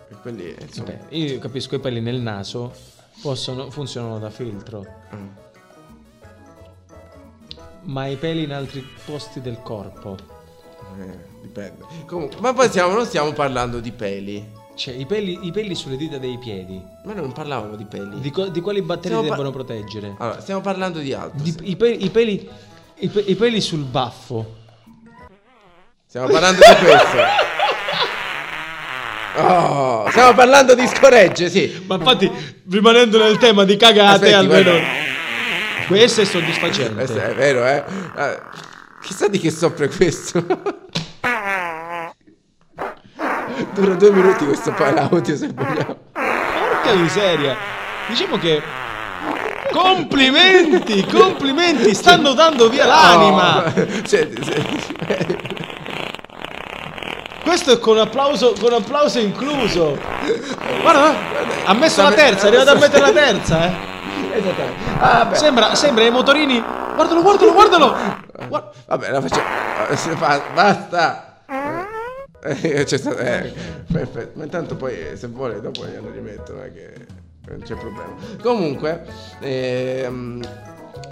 S2: e quelli, eh, insomma...
S3: Vabbè, io capisco i peli nel naso possono, funzionano da filtro.
S2: Mm.
S3: Ma i peli in altri posti del corpo.
S2: Eh, dipende. Comunque, ma poi stiamo- non stiamo parlando di peli.
S3: Cioè, i peli, i peli sulle dita dei piedi.
S2: Ma noi non parlavamo di peli.
S3: Di, co- di quali batteri
S2: Stiamo par-
S3: devono proteggere?
S2: Allora, stiamo parlando di altro.
S3: Di- i, peli, i, peli, i pe- i peli sul baffo.
S2: Stiamo parlando di
S3: <laughs>
S2: questo. Oh, stiamo parlando di scoregge, sì.
S3: Ma infatti, rimanendo nel tema di cagate,
S2: Eh, Aspetti,
S3: almeno.
S2: guarda.
S3: Questo è
S2: Questo
S3: soddisfacente.
S2: è vero, eh. Eh, Chissà di che soffre questo. <laughs> Dura due minuti questo file audio se vogliamo.
S3: Porca miseria. Diciamo che. Complimenti, complimenti, stanno dando via l'anima.
S2: Oh, cioè, se-
S3: Questo è con applauso, con applauso incluso. Guarda, guarda, ha messo
S2: Sta
S3: la
S2: me-
S3: terza, è arrivato a mettere la terza, eh.
S2: Ah,
S3: Sembra, sembra i motorini. Guardalo, guardalo, guardalo. Guarda-
S2: Vabbè, la facciamo. eh, se fa- Basta. Eh, c'è stato- eh, perfetto. Ma intanto poi, eh, se vuole, dopo glielo rimetto. Non è che non c'è problema. Comunque, ehm,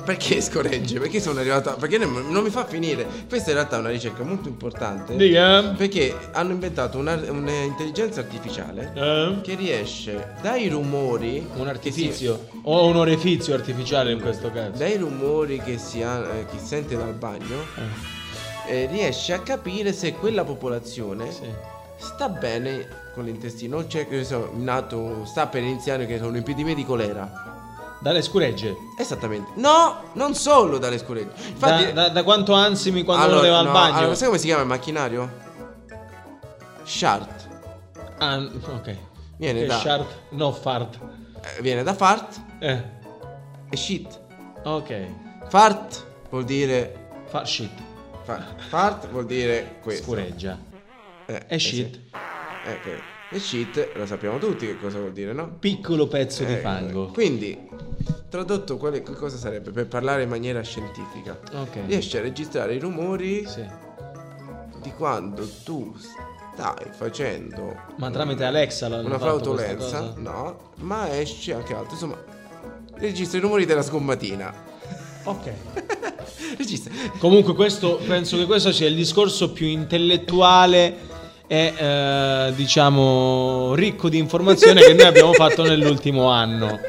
S2: perché scorregge? Perché sono arrivato. a- Perché non non mi fa finire. Questa in realtà è una ricerca molto importante.
S3: Dica.
S2: Perché hanno inventato una- un'intelligenza artificiale
S3: Eh?
S2: che riesce dai rumori.
S3: Un
S2: che si-
S3: artifizio. O un orifizio artificiale in questo caso.
S2: dai rumori che si ha- eh, che sente dal bagno.
S3: Eh,
S2: eh, riesce a capire se quella popolazione
S3: sì.
S2: sta bene con l'intestino. Non c'è che ne so, nato, sta per iniziare che sono epidemie di colera.
S3: Dalle scuregge.
S2: Esattamente. No, non solo dalle scuregge. Infatti,
S3: Da, da- da quanto ansimi quando
S2: allora,
S3: lo leva al
S2: no,
S3: bagno.
S2: allora, sai come si chiama il macchinario? Shart.
S3: Ah, ok.
S2: Viene
S3: Che
S2: da-
S3: shart, Eh, no fart.
S2: Eh, viene da fart
S3: Eh,
S2: e shit.
S3: ok.
S2: Fart vuol dire.
S3: Far shit.
S2: fa- fart vuol dire questo.
S3: Scureggia.
S2: Eh,
S3: E
S2: eh,
S3: shit.
S2: sì. Eh, ok. E shit lo sappiamo tutti che cosa vuol dire, no?
S3: Piccolo pezzo di
S2: Ecco,
S3: fango.
S2: Quindi, Tradotto, quale, che cosa sarebbe? Per parlare in maniera scientifica.
S3: Ok.
S2: Riesci a registrare i rumori
S3: Sì.
S2: di quando tu stai facendo
S3: Ma tramite Alexa l'hanno
S2: una
S3: fatto questa
S2: flautolenza,
S3: cosa?
S2: no, ma esce anche altro. Insomma, registra i rumori della sgommatina.
S3: Ok.
S2: <laughs> registra. <laughs>
S3: Comunque questo, penso che questo sia il discorso più intellettuale e eh, diciamo ricco di informazione che noi abbiamo fatto nell'ultimo anno.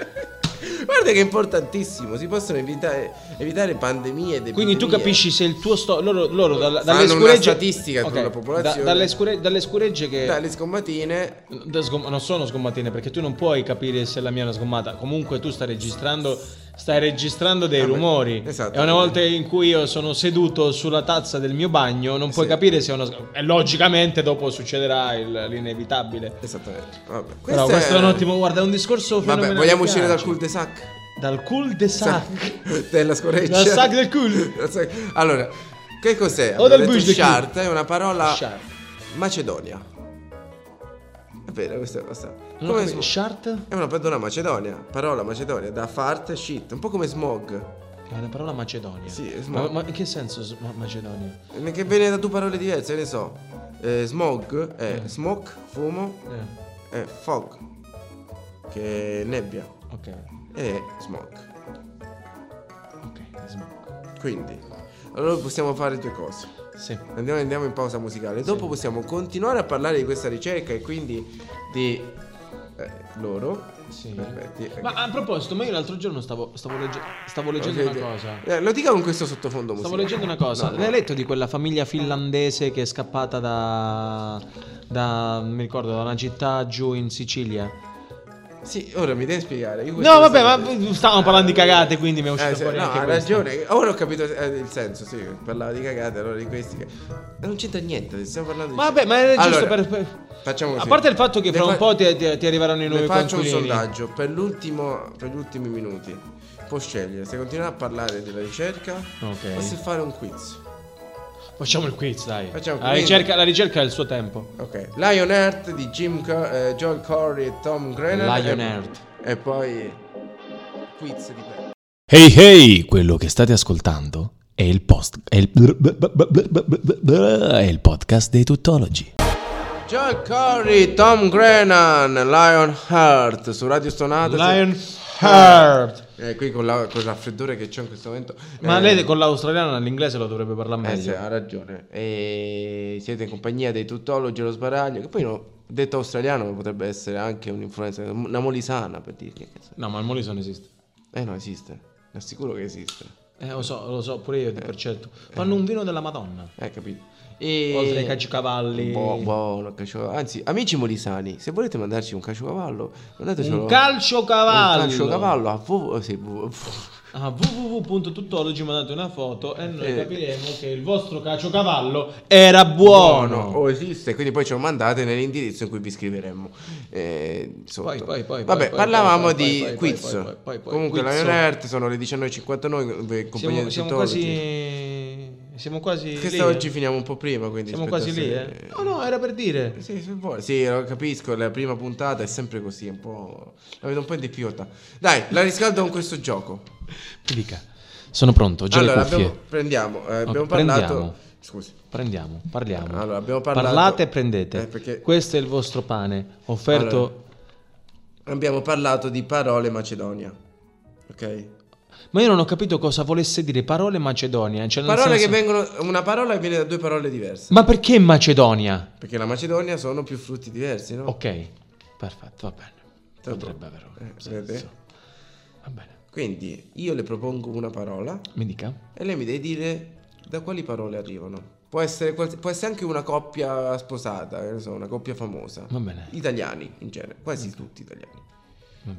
S2: Guarda che è importantissimo, si possono evitare, evitare pandemie ed
S3: Quindi tu
S2: epidemie.
S3: capisci se il tuo sto loro, loro dalla-
S2: Fanno
S3: dalle
S2: una
S3: scuregge
S2: statistica
S3: Ok,
S2: sulla popolazione.
S3: dalle, scure- dalle scuregge che
S2: Dalle scommatine
S3: Da sgom- non sono sgommatine perché tu non puoi capire se la mia è una sgommata. Comunque tu stai registrando, stai registrando dei
S2: Ah, beh,
S3: rumori.
S2: esatto.
S3: E una volta in cui io sono seduto sulla tazza del mio bagno, non puoi
S2: Sì.
S3: capire se è una sgommata. E logicamente dopo succederà il- l'inevitabile.
S2: Esattamente. Vabbè.
S3: Però questo è un ottimo, guarda, è un discorso
S2: Vabbè,
S3: fenomenale.
S2: vogliamo uscire dal
S3: Piace.
S2: cul de sac?
S3: Dal cul de sac.
S2: della scoreggia.
S3: Dal sac del cul.
S2: <laughs> Dal sac- Allora, che cos'è?
S3: O dal
S2: Avete
S3: bush del
S2: shart,
S3: cul.
S2: è una parola
S3: Shart.
S2: Macedonia. È vero, questa è questa.
S3: Non ho
S2: Come
S3: capito,
S2: smo-
S3: shart?
S2: È una parola Macedonia, parola Macedonia, da fart shit, un po' come smog.
S3: È una parola Macedonia.
S2: Sì, è
S3: ma,
S2: smog.
S3: ma in che senso s- ma- Macedonia?
S2: Che viene da due parole diverse, ne so. Eh, smog è
S3: Mm.
S2: smoke, fumo,
S3: Eh,
S2: e fog, che è nebbia,
S3: ok,
S2: e smog.
S3: ok. smog.
S2: Quindi, allora possiamo fare due cose.
S3: Sì.
S2: Andiamo, andiamo in pausa musicale. Dopo possiamo continuare a parlare di questa ricerca e quindi di eh, loro.
S3: Sì.
S2: Perfetti.
S3: Ma a proposito, ma io l'altro giorno stavo, stavo legge- stavo leggendo
S2: Ok,
S3: una
S2: ok.
S3: cosa.
S2: Eh, lo dica con questo sottofondo musicale.
S3: Stavo leggendo una cosa.
S2: No,
S3: L'hai
S2: no.
S3: letto di quella famiglia finlandese che è scappata da. da. mi ricordo, da una città giù in Sicilia?
S2: Sì, ora mi devi spiegare. Io questo
S3: No,
S2: lo
S3: vabbè,
S2: sapevo.
S3: ma stavamo parlando di cagate, quindi mi è uscito
S2: Eh, sì,
S3: fuori
S2: no,
S3: anche
S2: ha
S3: questo.
S2: ragione. Ora ho capito eh, il senso, sì. Parlava di cagate, allora di questi. che- Ma Non c'entra niente, stiamo parlando di.
S3: Ma vabbè, ma era giusto
S2: Allora,
S3: per- per.
S2: Facciamo
S3: A
S2: così.
S3: parte il fatto che
S2: Le
S3: fra un
S2: fa-
S3: po' ti, ti- ti arriveranno i nuovi
S2: Le faccio un
S3: coinquilini.
S2: sondaggio per, l'ultimo, per gli ultimi minuti. Può scegliere se continuare a parlare della ricerca
S3: Ok.
S2: o se fare un quiz.
S3: Facciamo il quiz, dai.
S2: Facciamo il
S3: la,
S2: quiz.
S3: ricerca, la ricerca è il suo tempo.
S2: Ok. Lion Earth di Jim Co- eh, Joel Corey e Tom Grennan.
S3: Lion
S2: e-
S3: Earth.
S2: E poi quiz di Peppa.
S1: Hey hey, quello che state ascoltando è il post è il, è il podcast dei tuttologi.
S2: Joel Corey, Tom Grennan, Lion Heart su Radio Stonata.
S3: Lion Heart.
S2: Eh, qui con, la, con il raffreddore che c'ho in questo momento.
S3: Ma
S2: Eh,
S3: lei con l'australiano l'inglese lo dovrebbe parlare
S2: Eh sì,
S3: meglio.
S2: ha ragione. E siete in compagnia dei tuttologi allo sbaraglio. Che poi no, detto australiano potrebbe essere anche un'influenza. Una molisana per dirti. che so.
S3: No, ma il Molise non esiste.
S2: Eh no, esiste. È sicuro che esiste.
S3: Eh, lo so, lo so, pure io ti percetto. Fanno un vino della Madonna.
S2: Eh, capito. E...
S3: Oltre ai caciocavalli.
S2: Buono, buono, caciocavallo. Anzi, amici molisani, se volete mandarci un caciocavallo, mandatecelo.
S3: Un calciocavallo.
S2: Un calciocavallo a vo- sì, vo-
S3: A Ah, www.tuttologi mandate una foto e noi
S2: Eh.
S3: capiremo che il vostro calciocavallo era buono.
S2: o Oh, esiste, quindi poi ce lo mandate nell'indirizzo in cui vi scriveremo. Eh, sotto.
S3: Poi, poi, poi,
S2: Vabbè,
S3: poi, poi,
S2: parlavamo
S3: poi, poi,
S2: di
S3: poi, poi,
S2: quiz.
S3: poi, poi, poi, poi,
S2: Comunque, la
S3: quiz.
S2: Earth sono le 19.59. in Oh, compagnia
S3: Siamo,
S2: di
S3: siamo
S2: tuttologi.
S3: quasi. Siamo quasi.
S2: Che
S3: lì,
S2: sta
S3: eh?
S2: oggi finiamo un po' prima, quindi
S3: Siamo
S2: aspetta
S3: quasi
S2: se-
S3: lì, eh. No, no, era per dire.
S2: Sì, se vuoi. Sì, lo capisco, la prima puntata è sempre così, un po'... La vedo un po' in difficoltà. Dai, la riscaldo con questo gioco.
S1: Mi dica. Sono pronto, ho già
S2: allora,
S1: le cuffie.
S2: abbiamo- prendiamo, eh, abbiamo parlato...
S3: prendiamo.
S2: Scusi.
S3: Prendiamo, parliamo.
S2: Allora, abbiamo parlato-
S3: Parlate e prendete.
S2: Eh, perché-
S3: Questo è il vostro pane, offerto
S2: Allora. Abbiamo parlato di parole Macedonia. Ok?
S3: Ma io non ho capito cosa volesse dire parole Macedonia. Cioè nel
S2: Parole
S3: senso-
S2: che vengono... Una parola che viene da due parole diverse.
S3: Ma perché Macedonia?
S2: Perché la Macedonia sono più frutti diversi, no?
S3: Ok, perfetto, va bene.
S2: Tra poco.
S3: Potrebbe avere un
S2: Eh,
S3: senso.
S2: vede?
S3: Va bene,
S2: Quindi, io le propongo una parola
S3: mi dica.
S2: E lei mi deve dire da quali parole arrivano. Può essere, quals- può essere anche una coppia sposata, che ne so, una coppia famosa.
S3: Va bene.
S2: Italiani in genere, quasi tutti italiani.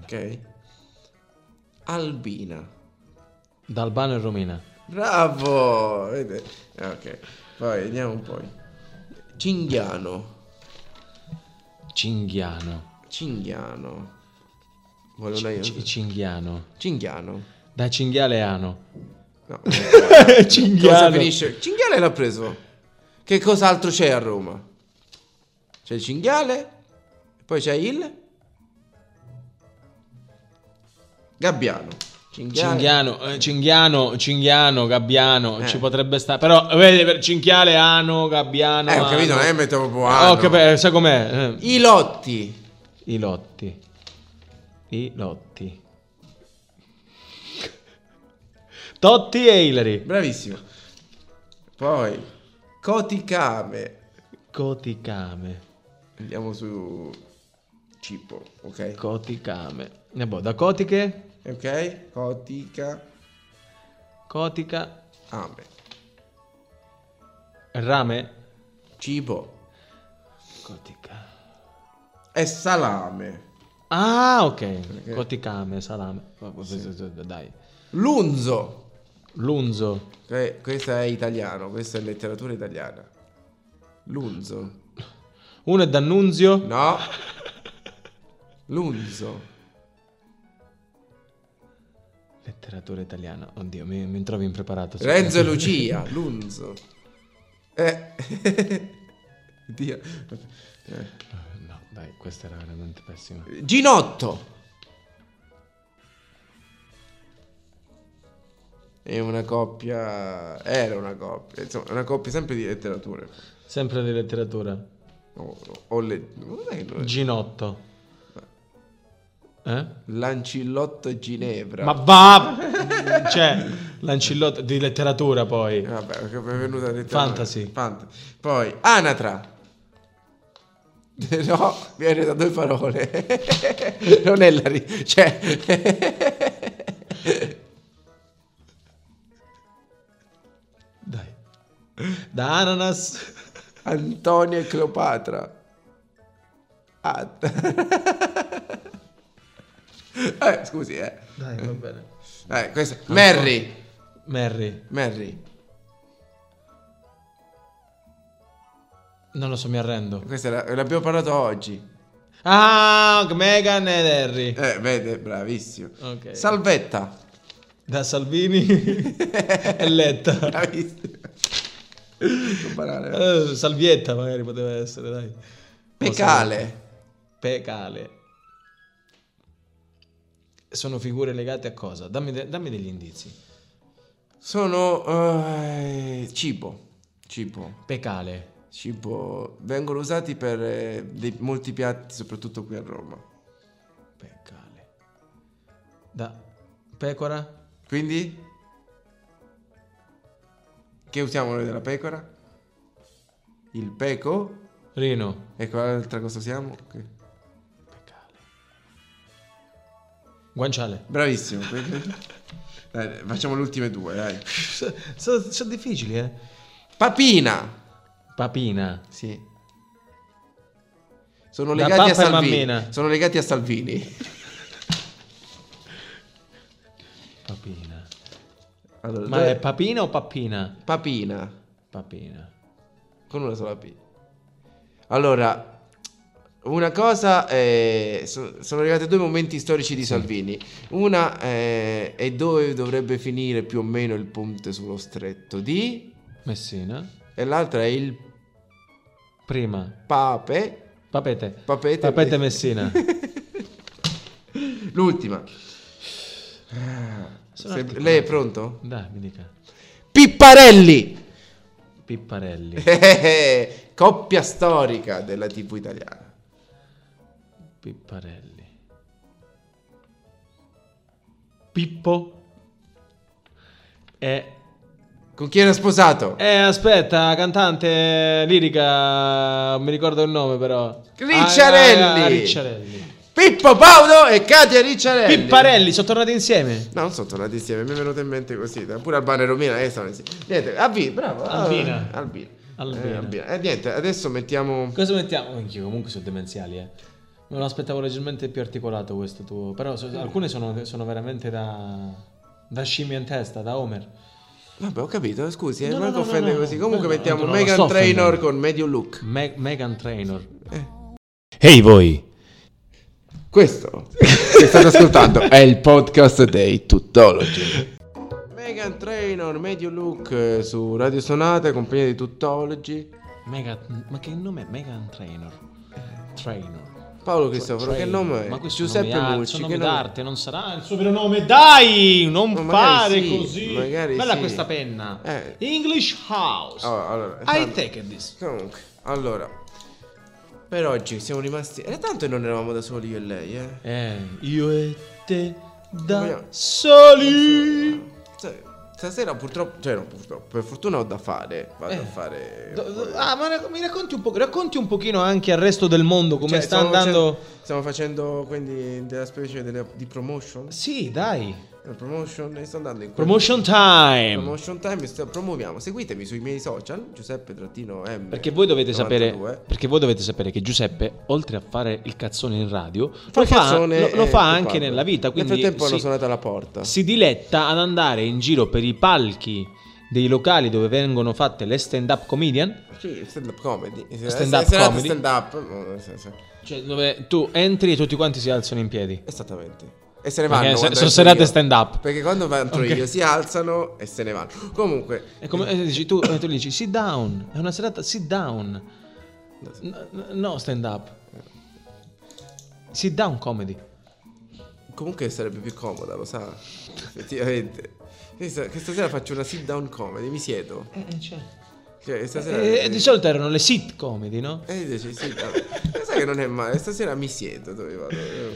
S2: Ok? Albina.
S3: Da Albano e Romina.
S2: Bravo! Vede? Ok, poi vediamo un po'. Cinghiano.
S3: Cinghiano.
S2: Cinghiano. Vuole una
S3: C- Cinghiano.
S2: Cinghiano.
S3: Da cinghialeano.
S2: No. Cosa
S3: Cinghiano.
S2: finisce? Cinghiale l'ha preso. Che cos'altro c'è a Roma? C'è il cinghiale, poi c'è il gabbiano. Cinghiale.
S3: Cinghiano, eh, Cinghiano, Cinghiano, Gabbiano,
S2: Eh.
S3: ci potrebbe stare, però vedi per Cinghiale, Ano, Gabbiano.
S2: Eh, ho capito,
S3: Ano.
S2: non è metto proprio Ano.
S3: Ho capito, sai com'è? Eh,
S2: I lotti.
S3: I lotti. I lotti. Totti e Hilary.
S2: Bravissimo. Poi, Coticame.
S3: Coticame.
S2: Andiamo su Cippo, ok?
S3: Coticame. E boh, da cotiche?
S2: Ok? Cotica.
S3: Cotica.
S2: Ame.
S3: Rame?
S2: Cibo.
S3: Cotica.
S2: E salame.
S3: Ah, ok. Coticame, salame. Dai.
S2: Lunzo.
S3: Lunzo.
S2: Que- questo Cioè, è italiano, questa è letteratura italiana. Lunzo.
S3: Uno è D'Annunzio.
S2: No. Lunzo.
S3: Letteratura italiana. Oddio, mi, mi trovi impreparato.
S2: Renzo e Lucia. Lunzo. Eh. <laughs> Dio. Eh.
S3: Ah, No, dai, questa era veramente pessima.
S2: Ginotto. È una coppia. Era una coppia. Insomma, una coppia sempre di letterature.
S3: Sempre di letteratura.
S2: O, o le- non è che non-
S3: Ginotto. Eh?
S2: Lancillotto e Ginevra.
S3: Ma va! cioè, l'ancillotto di letteratura poi.
S2: Vabbè, che è venuta detto
S3: Fantasy.
S2: Fant- Poi Anatra. <laughs> No, viene da due parole. <laughs> non è la ri- cioè <laughs>
S3: Dai. Da ananas.
S2: Antonia e Cleopatra. Ah. <laughs> eh, scusi, eh.
S3: Dai, va bene.
S2: eh questo- Merry,
S3: Merry.
S2: Merry.
S3: Non lo so, mi arrendo.
S2: Questa era- l'abbiamo parlato oggi.
S3: Ah, Megan ed Harry.
S2: Eh, vede, bravissimo.
S3: Ok.
S2: Salvetta.
S3: <laughs> Da Salvini <laughs> e Letta.
S2: Bravissimo. Che banale, eh.
S3: Eh, salvietta magari poteva essere, dai.
S2: Pecale.
S3: Pecale. Sono figure legate a cosa? Dammi, de- dammi degli indizi.
S2: Sono eh, cibo. Cibo.
S3: Pecale.
S2: Cibo. Vengono usati per eh, dei- molti piatti, soprattutto qui a Roma.
S3: Pecale. Da pecora?
S2: Quindi? Che usiamo noi della pecora? Il peco?
S3: Rino.
S2: E qual'altra cosa usiamo? Ok.
S3: Pecale. Guanciale. <laughs>
S2: Bravissimo. Dai, facciamo le ultime due, dai.
S3: Sono so, so difficili, eh.
S2: Papina!
S3: Papina.
S2: Sì. Sono
S3: Da
S2: legati a
S3: pappa e
S2: Salvini.
S3: mammina.
S2: Sono legati a Salvini.
S3: Papina.
S2: Allora,
S3: Ma
S2: dove-
S3: è papina o pappina?
S2: papina.
S3: Papina.
S2: Con una sola P. Allora, una cosa è- so- sono arrivati due momenti storici di Salvini. Una è, è dove dovrebbe finire più o meno il ponte sullo stretto di...
S3: Messina.
S2: E l'altra è il
S3: Prima.
S2: pape. <laughs>
S3: Papete.
S2: Papete.
S3: Papete Messina. <laughs>
S2: L'ultima. Ah,
S3: Sono
S2: Se-
S3: articolato.
S2: lei è pronto?
S3: Dai, mi dica.
S2: Pipparelli! <laughs>
S3: Pipparelli.
S2: Coppia storica della TV italiana.
S3: Pipparelli. Pippo. E...
S2: Con chi era sposato?
S3: Eh, aspetta, cantante lirica, non mi ricordo il nome però.
S2: Ricciarelli.
S3: Ah, ah, ah, Ricciarelli.
S2: Pippo Paolo e Katia Ricciarelli.
S3: Pipparelli, sono tornati insieme.
S2: No, non sono tornati insieme, mi è venuto in mente così. Pure Albano e Romina, eh, stavano insieme. Niente, Albi, bravo. ah,
S3: Albina.
S2: Albina.
S3: Albina.
S2: Eh, Albina. Eh, niente, adesso mettiamo...
S3: Cosa mettiamo? Oh, Anch'io comunque sono demenziali, eh. Me lo aspettavo leggermente più articolato questo tuo, però so- alcune sono, sono veramente da, da scimmia in testa, da Homer.
S2: Vabbè, ho capito, scusi, eh,
S3: No, no,
S2: manco
S3: no, no,
S2: offende
S3: no.
S2: così. Comunque
S3: No, no,
S2: mettiamo
S3: no, no,
S2: Megan
S3: sto offendendo.
S2: Trainor con Medio Look.
S3: Me- Megan Trainor.
S1: Ehi voi,
S2: Questo che state ascoltando è il podcast dei Tuttology. Megan Trainor, Medio Look eh, su Radio Sonata, compagnia di Tuttology.
S3: Mega- ma che nome è Megan Trainor? Trainor.
S2: Paolo Cristoforo,
S7: Cioè,
S2: che nome
S7: Ma
S2: è?
S7: questo
S2: Giuseppe
S7: nome ha- il
S2: Mucci,
S7: suo
S2: che
S7: nome
S2: nome
S7: d'arte, non sarà il suo vero nome. Dai, non
S2: Ma magari
S7: fare
S2: sì,
S7: così.
S2: magari
S7: Bella
S2: sì.
S7: questa penna.
S2: Eh.
S7: English House.
S2: Oh, allora,
S7: I
S2: tanto-
S7: take this.
S2: Comunque, allora, per oggi siamo rimasti... E tanto non eravamo da soli io e lei, eh?
S7: Eh, io e te da
S2: Vogliamo-
S7: soli.
S2: Sai, Stasera purtroppo, cioè no, purtroppo, per fortuna ho da fare, vado
S7: Eh.
S2: a fare...
S7: Do- do- ah, ma rac- mi racconti un po', racconti un pochino anche al resto del mondo come
S2: Cioè,
S7: sta
S2: stiamo
S7: andando.
S2: facendo- stiamo facendo quindi della specie delle- di promotion.
S7: Sì, dai.
S2: La Eh, promotion e sto andando in quel-
S7: Promotion time.
S2: Promotion time, sto- promuoviamo. Seguitemi sui miei social, Giuseppe-M.
S3: Perché voi dovete sapere
S2: 92.
S3: Perché voi dovete sapere che Giuseppe Oltre a fare il cazzone in radio
S2: Fa
S3: Lo fa,
S2: canzone
S3: lo- lo
S2: e
S3: fa
S2: più
S3: anche
S2: parla.
S3: nella vita Quindi
S2: Nel frattempo hanno
S3: si-
S2: suonato alla porta.
S3: si diletta ad andare in giro per i palchi dei locali dove vengono fatte le stand up comedian
S2: Sì, stand up comedy.
S3: Stand-up
S2: Serata
S3: comedy.
S2: stand up. no, nel senso-
S3: cioè dove tu entri e tutti quanti si alzano in piedi
S2: Esattamente. E se ne
S3: Perché
S2: vanno.
S3: se-
S2: quando
S3: sono
S2: entro
S3: serate
S2: io.
S3: stand up
S2: Perché quando entro
S3: Ok.
S2: io si alzano e se ne vanno. Comunque,
S3: è come eh, dici tu, eh, tu gli dici sit down è una serata sit down N- n- no stand up sit down comedy
S2: comunque sarebbe più comoda, lo sa. Effettivamente. Questa che stasera faccio una sit down comedy, mi siedo. Cioè, stasera
S3: Eh, di solito erano le sit comedy no?
S2: E dice sì, dai. sai che non è male, stasera mi siedo dove vado. eh,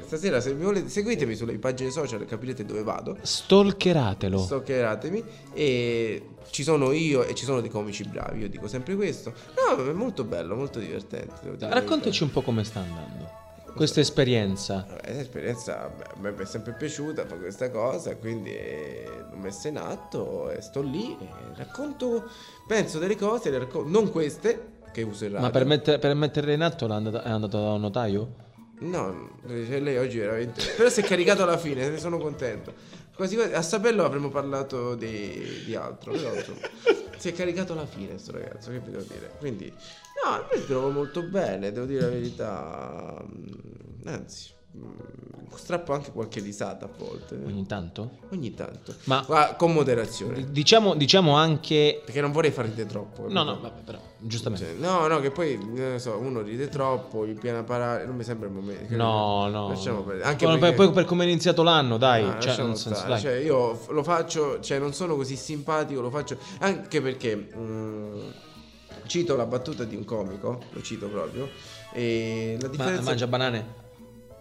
S2: ok. Stasera se mi volete seguitemi sulle pagine social e capirete dove vado.
S3: stalkeratelo
S2: Stoccheratemi e ci sono io e ci sono dei comici bravi, io dico sempre questo. No, è molto bello, molto divertente. devo dire la
S3: raccontaci un po' come sta andando questa esperienza
S2: verità. Vabbè, L'esperienza beh, a me è sempre piaciuta, fa questa cosa, quindi eh, l'ho messa in atto e sto lì e racconto, penso delle cose, le racco- non queste che uso in radio.
S3: ma per, mette- per metterla in atto l'ha andata- è andato da un notaio?
S2: No, cioè, lei oggi veramente. Però si è caricato alla fine, ne sono contento. Quasi quasi- a saperlo avremmo parlato di, di altro. Però insomma, si è caricato alla fine, sto ragazzo, che vi devo dire. Quindi, no, mi trovo molto bene, devo dire la verità. Mm, Anzi, mm, strappo anche qualche risata a volte.
S3: Ogni tanto?
S2: Ogni tanto.
S3: Ma-
S2: Guarda, con moderazione.
S3: Diciamo, diciamo anche...
S2: Perché non vorrei far ridere troppo.
S3: No,
S2: capito?
S3: no, vabbè, però, giustamente.
S2: Cioè, no, no, che poi non lo so, uno ride troppo, in piena parare. Non mi sembra il momento.
S3: No, no.
S2: Cioè, Lasciamo perdere.
S3: Anche
S2: Anche
S3: poi,
S2: perché-
S3: poi per come è iniziato l'anno, dai.
S2: Ah,
S3: cioè,
S2: lasciamo
S3: nel senso,
S2: stare.
S3: dai.
S2: Cioè, io f- lo faccio, cioè, non sono così simpatico, lo faccio anche perché mm, cito la battuta di un comico, lo cito proprio. E la
S3: Ma
S2: differenza,
S3: mangia banane?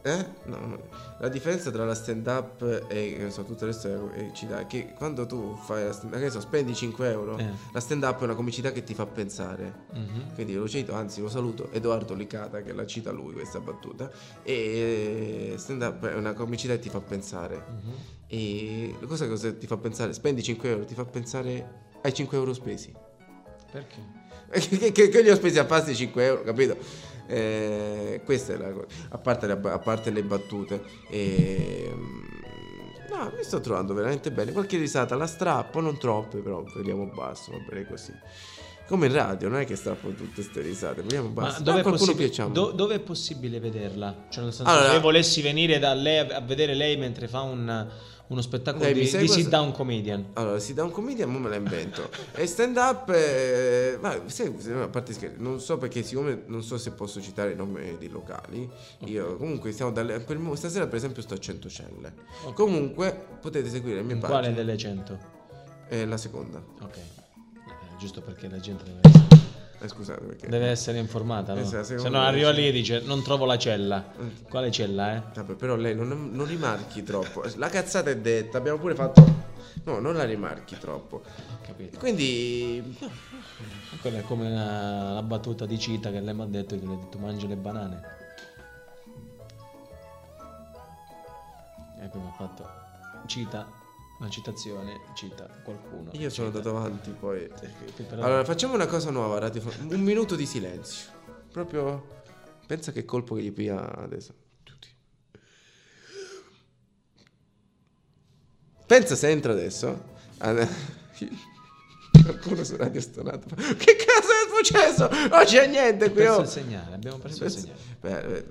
S2: Eh? No, no. la differenza tra la stand up e che ne so, tutto il resto è, è citare che quando tu fai la stand up, che ne so, spendi 5 euro,
S3: Eh.
S2: la stand up è una comicità che ti fa pensare.
S3: Mhm.
S2: Quindi lo cito, anzi lo saluto, Edoardo Licata che la cita lui questa battuta. E eh, stand up è una comicità che ti fa pensare. E la cosa che ti fa pensare, spendi 5 euro, ti fa pensare ai 5 euro spesi.
S3: Perché?
S2: Che, <laughs> che- che- che li ho spesi a pasti 5 euro, capito? Eh, questa è la cosa, a parte, la- a parte le battute. Ehm, no, mi sto trovando veramente bene. Qualche risata la strappo, non troppe, però vediamo basso, va bene così. Come in radio, non è che strappo tutte queste risate, vediamo
S3: Ma
S2: basso. Ma
S3: dove
S2: a
S3: è,
S2: qualcuno
S3: possibi-
S2: piacciamo.
S3: do- dove è possibile vederla? Cioè, nel senso,
S2: Allora-
S3: se io volessi venire da lei a a vedere lei mentre fa un- uno spettacolo
S2: Lei mi
S3: di,
S2: segue se-
S3: sit down comedian.
S2: Allora, si dà un comedian, mo me la invento. e stand up, eh, ma se- se- a parte scherzi, non so perché, siccome non so se posso citare i nomi di locali, io comunque stiamo dalle, per il mo- stasera per esempio sto a Centocelle.
S3: Ok.
S2: Comunque potete seguire le mie
S3: In
S2: pagine.
S3: quale delle 100?
S2: Eh, la seconda,
S3: Ok. Eh, Giusto perché la gente deve essere,
S2: Eh, scusate perché.
S3: deve essere informata, no?
S2: Eh, se la seconda
S3: Se no arriva
S2: dice-
S3: lì e dice non trovo la cella.
S2: Mm.
S3: Quale cella, eh?
S2: Vabbè, però lei non, non rimarchi troppo. La cazzata è detta, abbiamo pure fatto... No, non la rimarchi troppo.
S3: Capito.
S2: Quindi... no,
S3: Quella è come la, la battuta di Cita che lei mi ha detto, che le ha detto mangia le banane. E poi Ecco, mi ha fatto Cita, una citazione, Cita qualcuno.
S2: Io sono
S3: Cita.
S2: andato avanti poi.
S3: però-
S2: Allora facciamo una cosa nuova, radiofo- un minuto di silenzio. Proprio pensa che colpo che gli pia adesso. Tutti. Pensa se entra adesso. ad- <laughs> Qualcuno su radio stonato. Che cazzo è successo? Non c'è niente qui.
S3: Perso
S2: oh.
S3: il segnale, abbiamo perso il segnale.
S2: Beh, eh,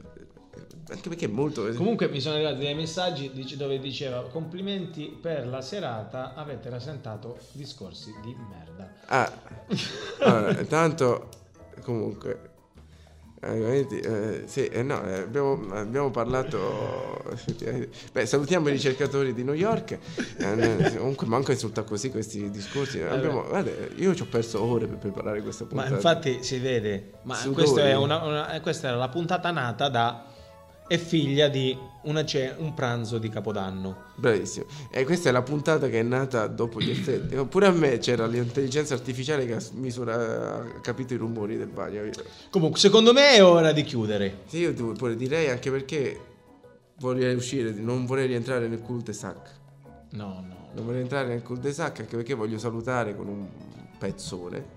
S2: anche perché è molto.
S7: Comunque mi sono arrivati dei messaggi dice- dove diceva complimenti per la serata, avete rasentato discorsi di merda.
S2: Ah, allora, tanto comunque Eh, veramente, eh, sì, eh, no, eh, abbiamo, abbiamo parlato. Beh, salutiamo i ricercatori di New York. Eh, ne- comunque, manco insulta così questi discorsi. Abbiamo- guarda, io ci ho perso ore per preparare questa
S3: Ma
S2: puntata.
S3: infatti si vede, ma
S2: Sudori.
S3: questo è una- una- eh, questa era la puntata nata da... è figlia di una ce- un pranzo di Capodanno.
S2: Bravissimo. E questa è la puntata che è nata dopo gli effetti. Oppure a me c'era l'intelligenza artificiale che ha s- misura- ha capito i rumori del bagno.
S3: Comunque, secondo me è ora di chiudere.
S2: Sì, io devo- pure direi anche perché vorrei uscire, non vorrei rientrare nel cul de sac.
S3: No, no.
S2: Non vorrei entrare nel cul de sac anche perché voglio salutare con un pezzone.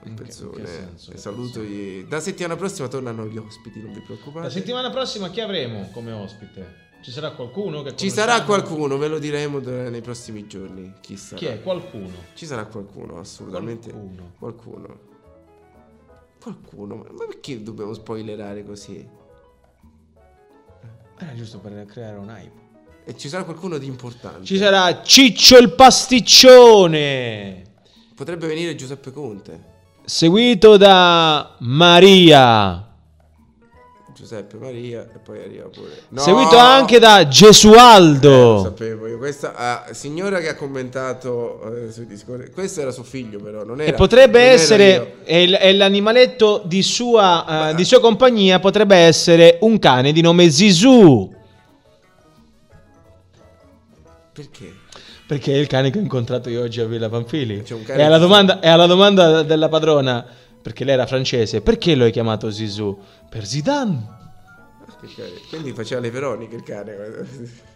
S2: Un
S3: In che- in
S2: pezzone.
S3: che senso,
S2: E
S3: che
S2: saluto gli... Da settimana prossima tornano gli ospiti, non vi preoccupate.
S3: La settimana prossima chi avremo come ospite? Ci sarà qualcuno
S2: Ci
S3: che conosciamo?
S2: sarà qualcuno, ve lo diremo dur- nei prossimi giorni. Chi sarà?
S3: Chi è? Qualcuno.
S2: Ci sarà qualcuno, assolutamente.
S3: Qualcuno.
S2: Qualcuno. Qualcuno. Ma ma perché dobbiamo spoilerare così? Eh,
S3: Era giusto per creare un hype.
S2: E ci sarà qualcuno di importante.
S3: Ci sarà Ciccio il pasticcione,
S2: Potrebbe venire Giuseppe Conte.
S3: seguito da Maria,
S2: Giuseppe Maria e poi arriva pure. No! Eh,
S3: seguito anche da
S2: Lo
S3: Gesualdo.
S2: sapevo io. Questa ah, signora che ha commentato eh, sui discorsi. Questo era suo figlio, però. Non era,
S3: e potrebbe
S2: non ero
S3: essere,
S2: io.
S3: è, l- è l'animaletto di sua, eh, di sua compagnia, potrebbe essere un cane di nome Zizou.
S2: Perché?
S3: Perché è il cane che ho incontrato io oggi a Villa Panfili.
S2: C'è un cane
S3: E alla,
S2: Zizou.
S3: domanda, e alla domanda della padrona, perché lei era francese, perché lo hai chiamato Zizou? Per Zidane.
S2: Che cane. Quindi faceva le Veroniche il cane.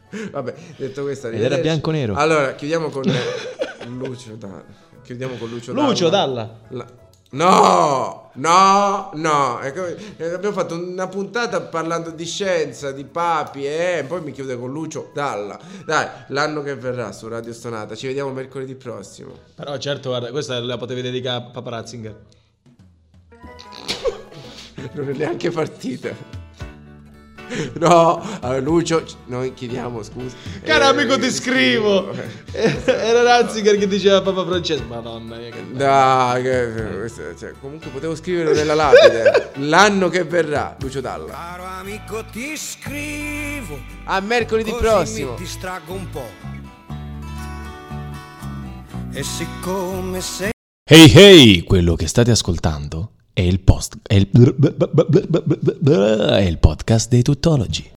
S2: <laughs> Vabbè, detto questo.
S3: era
S2: arrivederci.
S3: bianco-nero.
S2: Allora, chiudiamo con eh, Lucio Dalla. Chiudiamo con Lucio Dalla.
S3: Lucio Dalla.
S2: La- No, no, no. È come- eh, Abbiamo fatto una puntata parlando di scienza, di papi eh, e poi mi chiude con Lucio Dalla. Dai, l'anno che verrà su Radio Stonata. Ci vediamo mercoledì prossimo. <laughs>
S3: Però certo, guarda, questa la potevi dedicare a Papa Ratzinger.
S2: Non è neanche partita. No, allora, Lucio, c- noi chiediamo scusa.
S3: Caro
S2: Eh,
S3: amico, ti scrivo. <laughs> Era Ratzinger che diceva Papa Francesco. Madonna mia, che
S2: Dai, che- che- questo- cioè, comunque potevo scrivere nella
S3: <laughs>
S2: lapide. L'anno che verrà, Lucio Dalla.
S8: Caro amico ti scrivo,
S2: A mercoledì
S8: così
S2: prossimo.
S8: mi distraggo un po'. E siccome sei...
S1: Hey hey, quello che state ascoltando è il post è il, è il podcast dei tuttologi.